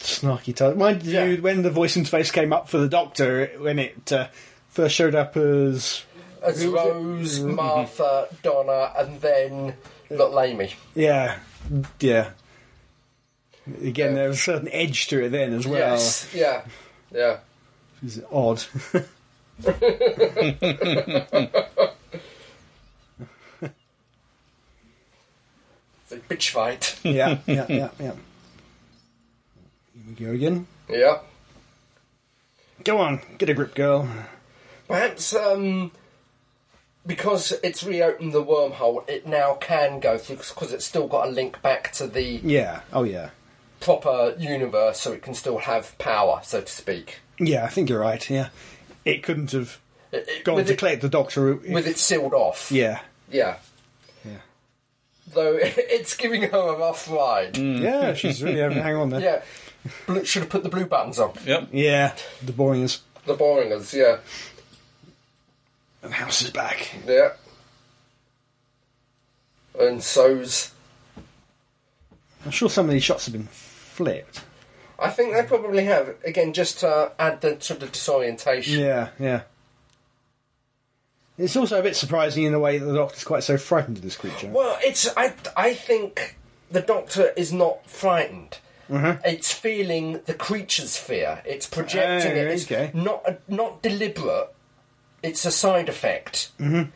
[SPEAKER 2] Snarky title. Mind
[SPEAKER 3] Yeah.
[SPEAKER 2] you, when the voice in space came up for the Doctor, it- when it uh, first showed up as
[SPEAKER 3] As Rose,
[SPEAKER 2] Mm-hmm.
[SPEAKER 3] Martha, Donna, and then not Lamy.
[SPEAKER 2] yeah, yeah. Again, there was a certain edge to it then as well.
[SPEAKER 3] Yes, yeah, yeah.
[SPEAKER 2] It's odd.
[SPEAKER 3] It's a bitch fight.
[SPEAKER 2] yeah, yeah, yeah, yeah. Here we go again.
[SPEAKER 3] yeah.
[SPEAKER 2] Go on, get a grip, girl.
[SPEAKER 3] Perhaps um, because it's reopened the wormhole, it now can go through because it's still got a link back to the
[SPEAKER 2] Yeah. Oh yeah.
[SPEAKER 3] proper universe, so it can still have power, so to speak.
[SPEAKER 2] Yeah, I think you're right. Yeah, it couldn't have
[SPEAKER 3] It- it-
[SPEAKER 2] gone
[SPEAKER 3] with,
[SPEAKER 2] to
[SPEAKER 3] it,
[SPEAKER 2] collect the Doctor. if-
[SPEAKER 3] with it Hmm. sealed off.
[SPEAKER 2] yeah,
[SPEAKER 3] Yeah.
[SPEAKER 2] Yeah.
[SPEAKER 3] Though it's giving her a rough
[SPEAKER 2] Mm.
[SPEAKER 3] ride.
[SPEAKER 2] yeah, she's really hang on there.
[SPEAKER 3] Yeah. Blue- Should have put the blue buttons on.
[SPEAKER 1] Yep.
[SPEAKER 2] Yeah, the boy is.
[SPEAKER 3] The boringers, yeah.
[SPEAKER 2] The house is back.
[SPEAKER 3] Yeah. And so's.
[SPEAKER 2] I'm sure some of these shots have been flipped.
[SPEAKER 3] I think they probably have, again, just to add the sort of disorientation.
[SPEAKER 2] Yeah, yeah. It's also a bit surprising in the way that the Doctor's quite so frightened of this creature.
[SPEAKER 3] Well, it's I I think the Doctor is not frightened.
[SPEAKER 2] Mm-hmm.
[SPEAKER 3] It's feeling the creature's fear. It's projecting
[SPEAKER 2] Oh,
[SPEAKER 3] it. It's
[SPEAKER 2] okay.
[SPEAKER 3] not uh, not deliberate. It's a side effect
[SPEAKER 2] Mm-hmm.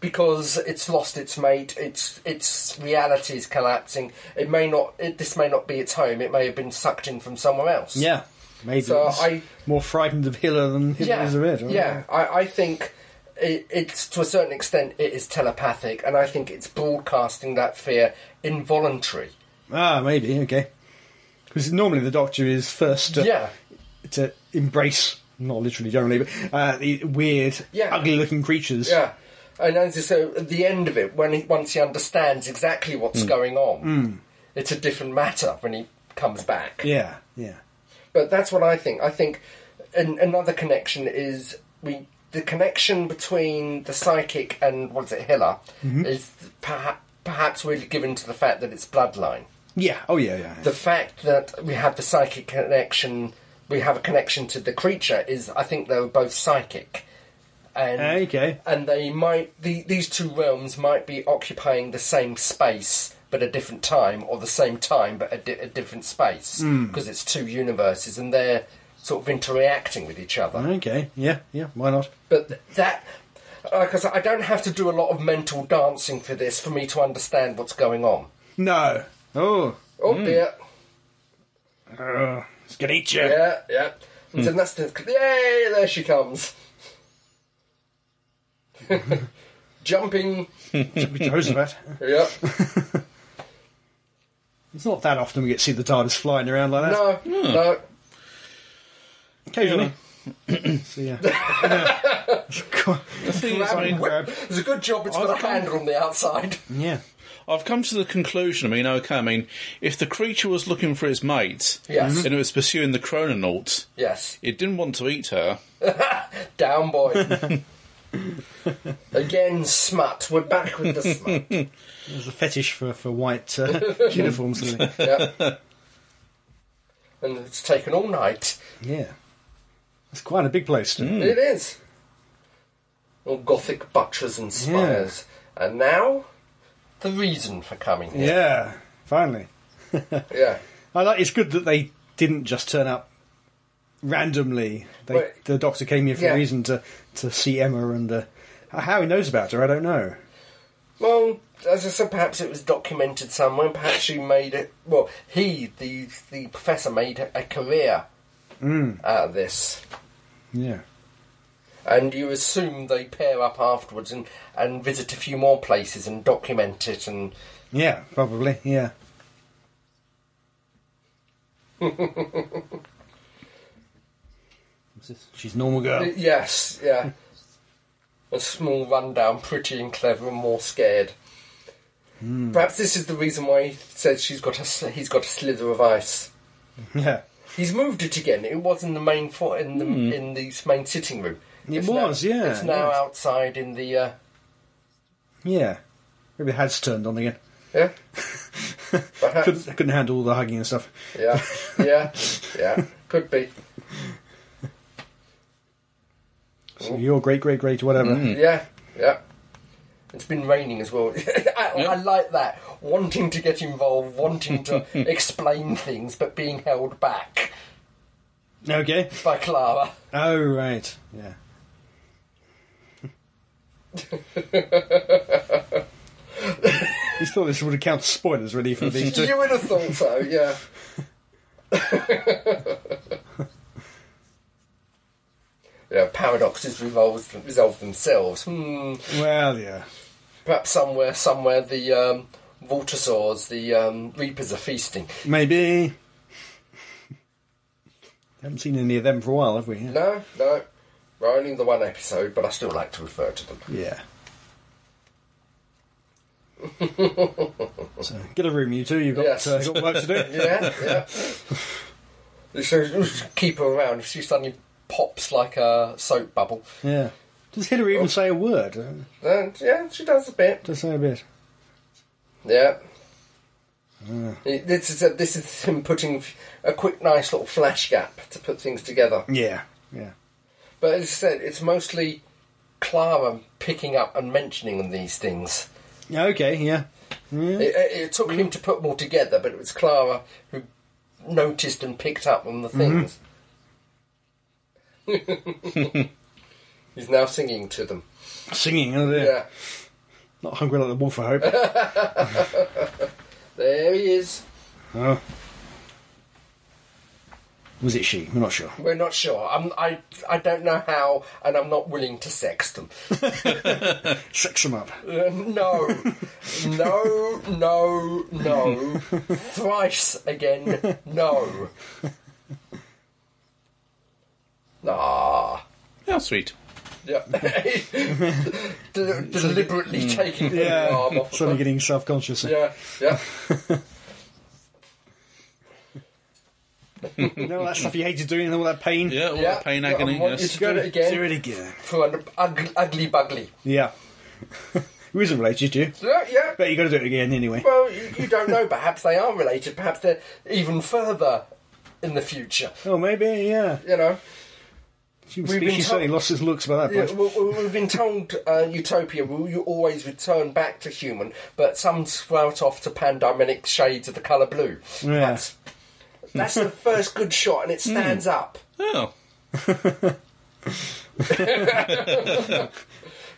[SPEAKER 3] because it's lost its mate. Its its reality is collapsing. It may not. It, this may not be its home. It may have been sucked in from somewhere else.
[SPEAKER 2] Yeah, maybe
[SPEAKER 3] So
[SPEAKER 2] it's
[SPEAKER 3] I-
[SPEAKER 2] more frightened of Hiller than Hiller
[SPEAKER 3] yeah,
[SPEAKER 2] is of it. right?
[SPEAKER 3] yeah. I, I think it, it's to a certain extent it is telepathic, and I think it's broadcasting that fear involuntary.
[SPEAKER 2] Ah, maybe okay. Because normally the Doctor is first to,
[SPEAKER 3] yeah,
[SPEAKER 2] to embrace, not literally generally, but uh, the weird,
[SPEAKER 3] Yeah.
[SPEAKER 2] ugly-looking creatures.
[SPEAKER 3] yeah. And as you say, at the end of it, when he, once he understands exactly what's going on, it's a different matter when he comes back.
[SPEAKER 2] Yeah, yeah.
[SPEAKER 3] But that's what I think. I think an, another connection is we the connection between the psychic and what's it, Hiller, is perhaps perhaps really given to the fact that it's bloodline.
[SPEAKER 2] Yeah. Oh, yeah, yeah.
[SPEAKER 3] the fact that we have the psychic connection, we have a connection to the creature is, I think they were both psychic, and
[SPEAKER 2] Okay.
[SPEAKER 3] and they might the, these two realms might be occupying the same space but a different time, or the same time but a, di- a different space because it's two universes and they're sort of interacting with each other.
[SPEAKER 2] Okay. Yeah. Yeah. Why not?
[SPEAKER 3] But th- that. Like I said, I don't have to do a lot of mental dancing for this for me to understand what's going on.
[SPEAKER 2] No. Oh.
[SPEAKER 3] Oh dear.
[SPEAKER 2] Ugh, it's gonna eat you.
[SPEAKER 3] Yeah, yeah. And then that's the yay! There she comes, jumping.
[SPEAKER 2] Should be Jehoshaphat.
[SPEAKER 3] Yeah.
[SPEAKER 2] It's not that often we get to see the TARDIS flying around like that.
[SPEAKER 3] No, no.
[SPEAKER 2] Occasionally. So yeah. Yeah. God.
[SPEAKER 1] The thing is, I mean,
[SPEAKER 2] Grab.
[SPEAKER 3] It's a good job it's got a handle on the outside.
[SPEAKER 2] Yeah.
[SPEAKER 1] I've come to the conclusion. I mean, okay, I mean, if the creature was looking for his mate,
[SPEAKER 3] Yes.
[SPEAKER 1] and it was pursuing the chrononaut,
[SPEAKER 3] Yes.
[SPEAKER 1] it didn't want to eat her.
[SPEAKER 3] Down boy. Again, smut. We're back with the smut.
[SPEAKER 2] There's a fetish for, for white uh, uniforms. isn't there?
[SPEAKER 3] Yeah. And it's taken all night.
[SPEAKER 2] Yeah. It's quite a big place. to
[SPEAKER 3] It is. All gothic butchers and spires. And now, the reason for coming here.
[SPEAKER 2] Yeah. Finally.
[SPEAKER 3] Yeah.
[SPEAKER 2] I like. It's good that they didn't just turn up randomly. They,
[SPEAKER 3] Well,
[SPEAKER 2] the doctor came here for
[SPEAKER 3] yeah.
[SPEAKER 2] a reason to, to see Emma and uh, how he knows about her. I don't know.
[SPEAKER 3] Well, as I said, perhaps it was documented somewhere. Perhaps she made it. Well, he, the the professor, made a career out of this.
[SPEAKER 2] Yeah.
[SPEAKER 3] And you assume they pair up afterwards and, and visit a few more places and document it. And
[SPEAKER 2] Yeah. Probably. Yeah. What's this? She's normal girl.
[SPEAKER 3] yes, yeah, a small rundown, pretty and clever, and more scared. Perhaps this is the reason why he says she's got a sl- he's got a slither of ice.
[SPEAKER 2] Yeah.
[SPEAKER 3] He's moved it again. It was in the main fo- in the in the main sitting room.
[SPEAKER 2] Hmm. It was,
[SPEAKER 3] now,
[SPEAKER 2] yeah,
[SPEAKER 3] It's now
[SPEAKER 2] yes.
[SPEAKER 3] outside in the uh,
[SPEAKER 2] Yeah. Maybe the head's turned on again.
[SPEAKER 3] yeah, Perhaps.
[SPEAKER 2] couldn't, couldn't handle all the hugging and stuff.
[SPEAKER 3] yeah, yeah, yeah. Could be. Oh.
[SPEAKER 2] So your great, great, great, whatever.
[SPEAKER 3] Yeah, yeah. It's been raining as well. I, I
[SPEAKER 1] Yeah.
[SPEAKER 3] like that. Wanting to get involved, wanting to explain things, but being held back
[SPEAKER 2] Okay.
[SPEAKER 3] by Clara.
[SPEAKER 2] Oh right. Yeah. you thought this would account as spoilers, really, for these two.
[SPEAKER 3] You would have thought so, yeah. yeah, paradoxes revolve, resolve themselves. Hmm.
[SPEAKER 2] Well, yeah.
[SPEAKER 3] Perhaps somewhere, somewhere the um, Voltosaurs, the um, Reapers, are feasting.
[SPEAKER 2] Maybe. Haven't seen any of them for a while, have we? Yeah.
[SPEAKER 3] No, no. We're only in the one episode, but I still like to refer to them.
[SPEAKER 2] Yeah. so get a room, you two. You've got,
[SPEAKER 3] Yes.
[SPEAKER 2] uh, got work to do.
[SPEAKER 3] yeah, yeah. So keep her around. She suddenly pops like a soap bubble.
[SPEAKER 2] Yeah. Does Hillary even say a word? Uh,
[SPEAKER 3] And yeah, she does a bit.
[SPEAKER 2] Just say a bit.
[SPEAKER 3] Yeah. It- This is a, this is him putting a quick, nice little flash gap to put things together.
[SPEAKER 2] Yeah. Yeah.
[SPEAKER 3] But as I said, it's mostly Clara picking up and mentioning these things.
[SPEAKER 2] Yeah, Okay. Yeah. Yeah.
[SPEAKER 3] It, it it took him to put more together, but it was Clara who noticed and picked up on the things. He's now singing to them.
[SPEAKER 2] Singing. Oh dear.
[SPEAKER 3] Yeah,
[SPEAKER 2] Not hungry like the wolf, I hope.
[SPEAKER 3] there he is.
[SPEAKER 2] Oh. Was it she? We're not sure.
[SPEAKER 3] We're not sure. I'm, I I don't know how, and I'm not willing to sex them.
[SPEAKER 2] Sex them up.
[SPEAKER 3] Uh, no, no, no, no. Thrice again, no. Ah.
[SPEAKER 1] How sweet.
[SPEAKER 3] Yeah. De- deliberately taking the arm off.
[SPEAKER 2] Suddenly getting self conscious.
[SPEAKER 3] yeah, yeah.
[SPEAKER 2] You know all that stuff you hated doing and all that pain?
[SPEAKER 1] Yeah, all
[SPEAKER 3] Yeah,
[SPEAKER 1] that pain,
[SPEAKER 3] yeah,
[SPEAKER 1] agony.
[SPEAKER 3] I want you
[SPEAKER 1] yes.
[SPEAKER 3] to do it again
[SPEAKER 2] Do it again.
[SPEAKER 3] for an ugly, ugly bugly.
[SPEAKER 2] Yeah. Who isn't related to you?
[SPEAKER 3] Yeah, yeah.
[SPEAKER 2] But you got to do it again anyway.
[SPEAKER 3] Well, you, you don't know. Perhaps they are related. Perhaps they're even further in the future.
[SPEAKER 2] Oh, maybe, yeah.
[SPEAKER 3] You know,
[SPEAKER 2] She,
[SPEAKER 3] We've been
[SPEAKER 2] she certainly
[SPEAKER 3] told-
[SPEAKER 2] lost his looks by that
[SPEAKER 3] yeah,
[SPEAKER 2] point.
[SPEAKER 3] we, we- we've been told uh, Utopia will you always return back to human, but some sprout off to pandemonic shades of the colour blue.
[SPEAKER 2] Yeah.
[SPEAKER 3] That's, that's the first good shot, and it
[SPEAKER 2] Hmm.
[SPEAKER 3] stands up.
[SPEAKER 1] Oh,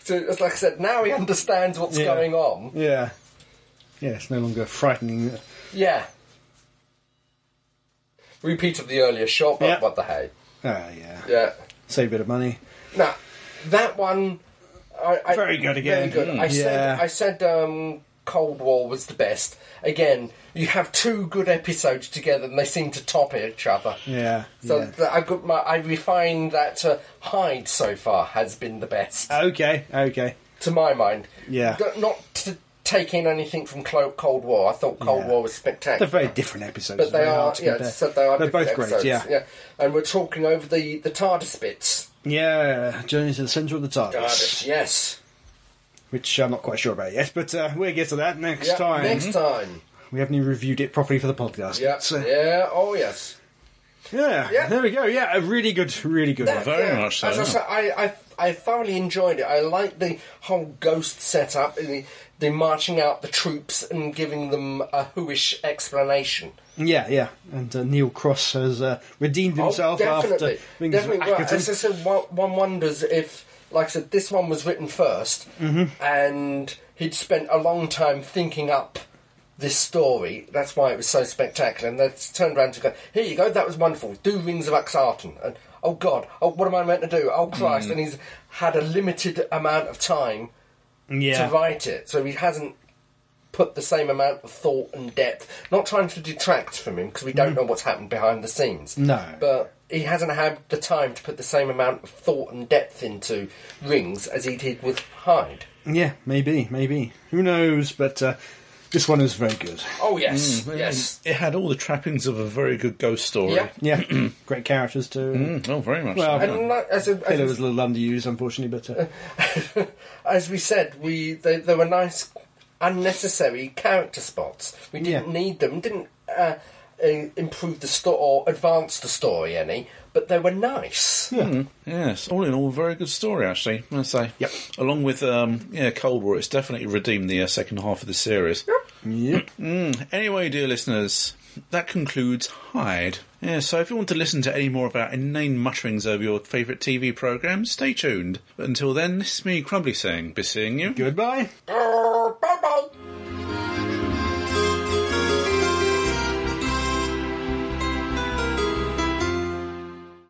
[SPEAKER 3] So it's like I said, now he understands what's
[SPEAKER 2] Yeah.
[SPEAKER 3] going on.
[SPEAKER 2] Yeah. Yeah, it's no longer frightening.
[SPEAKER 3] Yeah. Repeat of the earlier shot, but
[SPEAKER 2] Yeah.
[SPEAKER 3] what the hey?
[SPEAKER 2] Ah, yeah.
[SPEAKER 3] Yeah.
[SPEAKER 2] Save a bit of money.
[SPEAKER 3] Now, that one. I, I,
[SPEAKER 2] Very good again.
[SPEAKER 3] Very good. I
[SPEAKER 2] Mm.
[SPEAKER 3] said.
[SPEAKER 2] Yeah.
[SPEAKER 3] I said. Um, Cold War was the best. Again, you have two good episodes together, and they seem to top each other.
[SPEAKER 2] Yeah.
[SPEAKER 3] So
[SPEAKER 2] yeah.
[SPEAKER 3] th- I got my, I refined that to Hyde so far has been the best
[SPEAKER 2] Uh, Okay. Okay.
[SPEAKER 3] to my mind.
[SPEAKER 2] Yeah.
[SPEAKER 3] D- not to take in anything from Clo- Cold War. I thought Cold
[SPEAKER 2] Yeah.
[SPEAKER 3] War was spectacular.
[SPEAKER 2] They're very different episodes.
[SPEAKER 3] But they
[SPEAKER 2] very
[SPEAKER 3] are,
[SPEAKER 2] hard to
[SPEAKER 3] yeah,
[SPEAKER 2] compare.
[SPEAKER 3] so they are
[SPEAKER 2] They're both
[SPEAKER 3] different
[SPEAKER 2] great.
[SPEAKER 3] episodes,
[SPEAKER 2] Yeah.
[SPEAKER 3] And we're talking over the, the TARDIS bits.
[SPEAKER 2] Yeah. Journey to the Centre of the TARDIS,
[SPEAKER 3] TARDIS, yes.
[SPEAKER 2] which I'm not quite sure about yet, but uh, we'll get to that next
[SPEAKER 3] Yeah,
[SPEAKER 2] time.
[SPEAKER 3] Next
[SPEAKER 1] Mm-hmm.
[SPEAKER 3] time.
[SPEAKER 2] We haven't even reviewed it properly for the podcast.
[SPEAKER 3] Yeah.
[SPEAKER 2] So,
[SPEAKER 3] Yeah, oh yes.
[SPEAKER 2] yeah,
[SPEAKER 3] Yeah.
[SPEAKER 2] There we go. Yeah, a really good, really good. one.
[SPEAKER 1] Very much so,
[SPEAKER 3] As I,
[SPEAKER 1] yeah.
[SPEAKER 3] said, I, I, I thoroughly enjoyed it. I liked the whole ghost setup, and the, the marching out the troops and giving them a whoish explanation.
[SPEAKER 2] Yeah, yeah. And uh, Neil Cross has uh, redeemed himself after being
[SPEAKER 3] Oh, definitely. Well,
[SPEAKER 2] Ackerton.
[SPEAKER 3] as I said, one, one wonders if, like I said, this one was written 1st
[SPEAKER 2] Mm-hmm.
[SPEAKER 3] and he'd spent a long time thinking up this story. That's why it was so spectacular. And they turned around to go, "Here you go. That was wonderful. Do Rings of Axartan." And oh God, oh what am I meant to do? Oh Christ!
[SPEAKER 2] Mm.
[SPEAKER 3] And he's had a limited amount of time
[SPEAKER 2] yeah.
[SPEAKER 3] to write it, so he hasn't put the same amount of thought and depth. Not trying to detract from him because we don't know what's happened behind the scenes.
[SPEAKER 2] Mm. No.
[SPEAKER 3] but he hasn't had the time to put the same amount of thought and depth into Rings as he did with Hyde.
[SPEAKER 2] Yeah, maybe, maybe. Who knows? But uh, this one is very good.
[SPEAKER 3] Oh yes, yes.
[SPEAKER 1] It had all the trappings of a very good ghost story.
[SPEAKER 3] Yeah.
[SPEAKER 2] Mm. Yeah, great characters too.
[SPEAKER 1] Mm, oh, very much.
[SPEAKER 2] Well,
[SPEAKER 1] so.
[SPEAKER 3] And like, as, a,
[SPEAKER 2] Pillar
[SPEAKER 3] as,
[SPEAKER 2] was a little underused, unfortunately, but uh,
[SPEAKER 3] as we said, we they, they were nice, unnecessary character spots. We didn't
[SPEAKER 2] Yeah.
[SPEAKER 3] need them. Didn't uh, uh, improve the story or advance the story any, but they were nice.
[SPEAKER 1] Yes, all in all, very good story actually. I say. Yep. Along with um, yeah, Cold War, it's definitely redeemed the uh, second half of the series.
[SPEAKER 2] yep.
[SPEAKER 1] Anyway, dear listeners, that concludes Hyde. Yeah, so if you want to listen to any more of our inane mutterings over your favourite TV programmes, stay tuned. But until then, this is me, Crumbly, saying, be seeing you.
[SPEAKER 2] Goodbye.
[SPEAKER 3] Oh.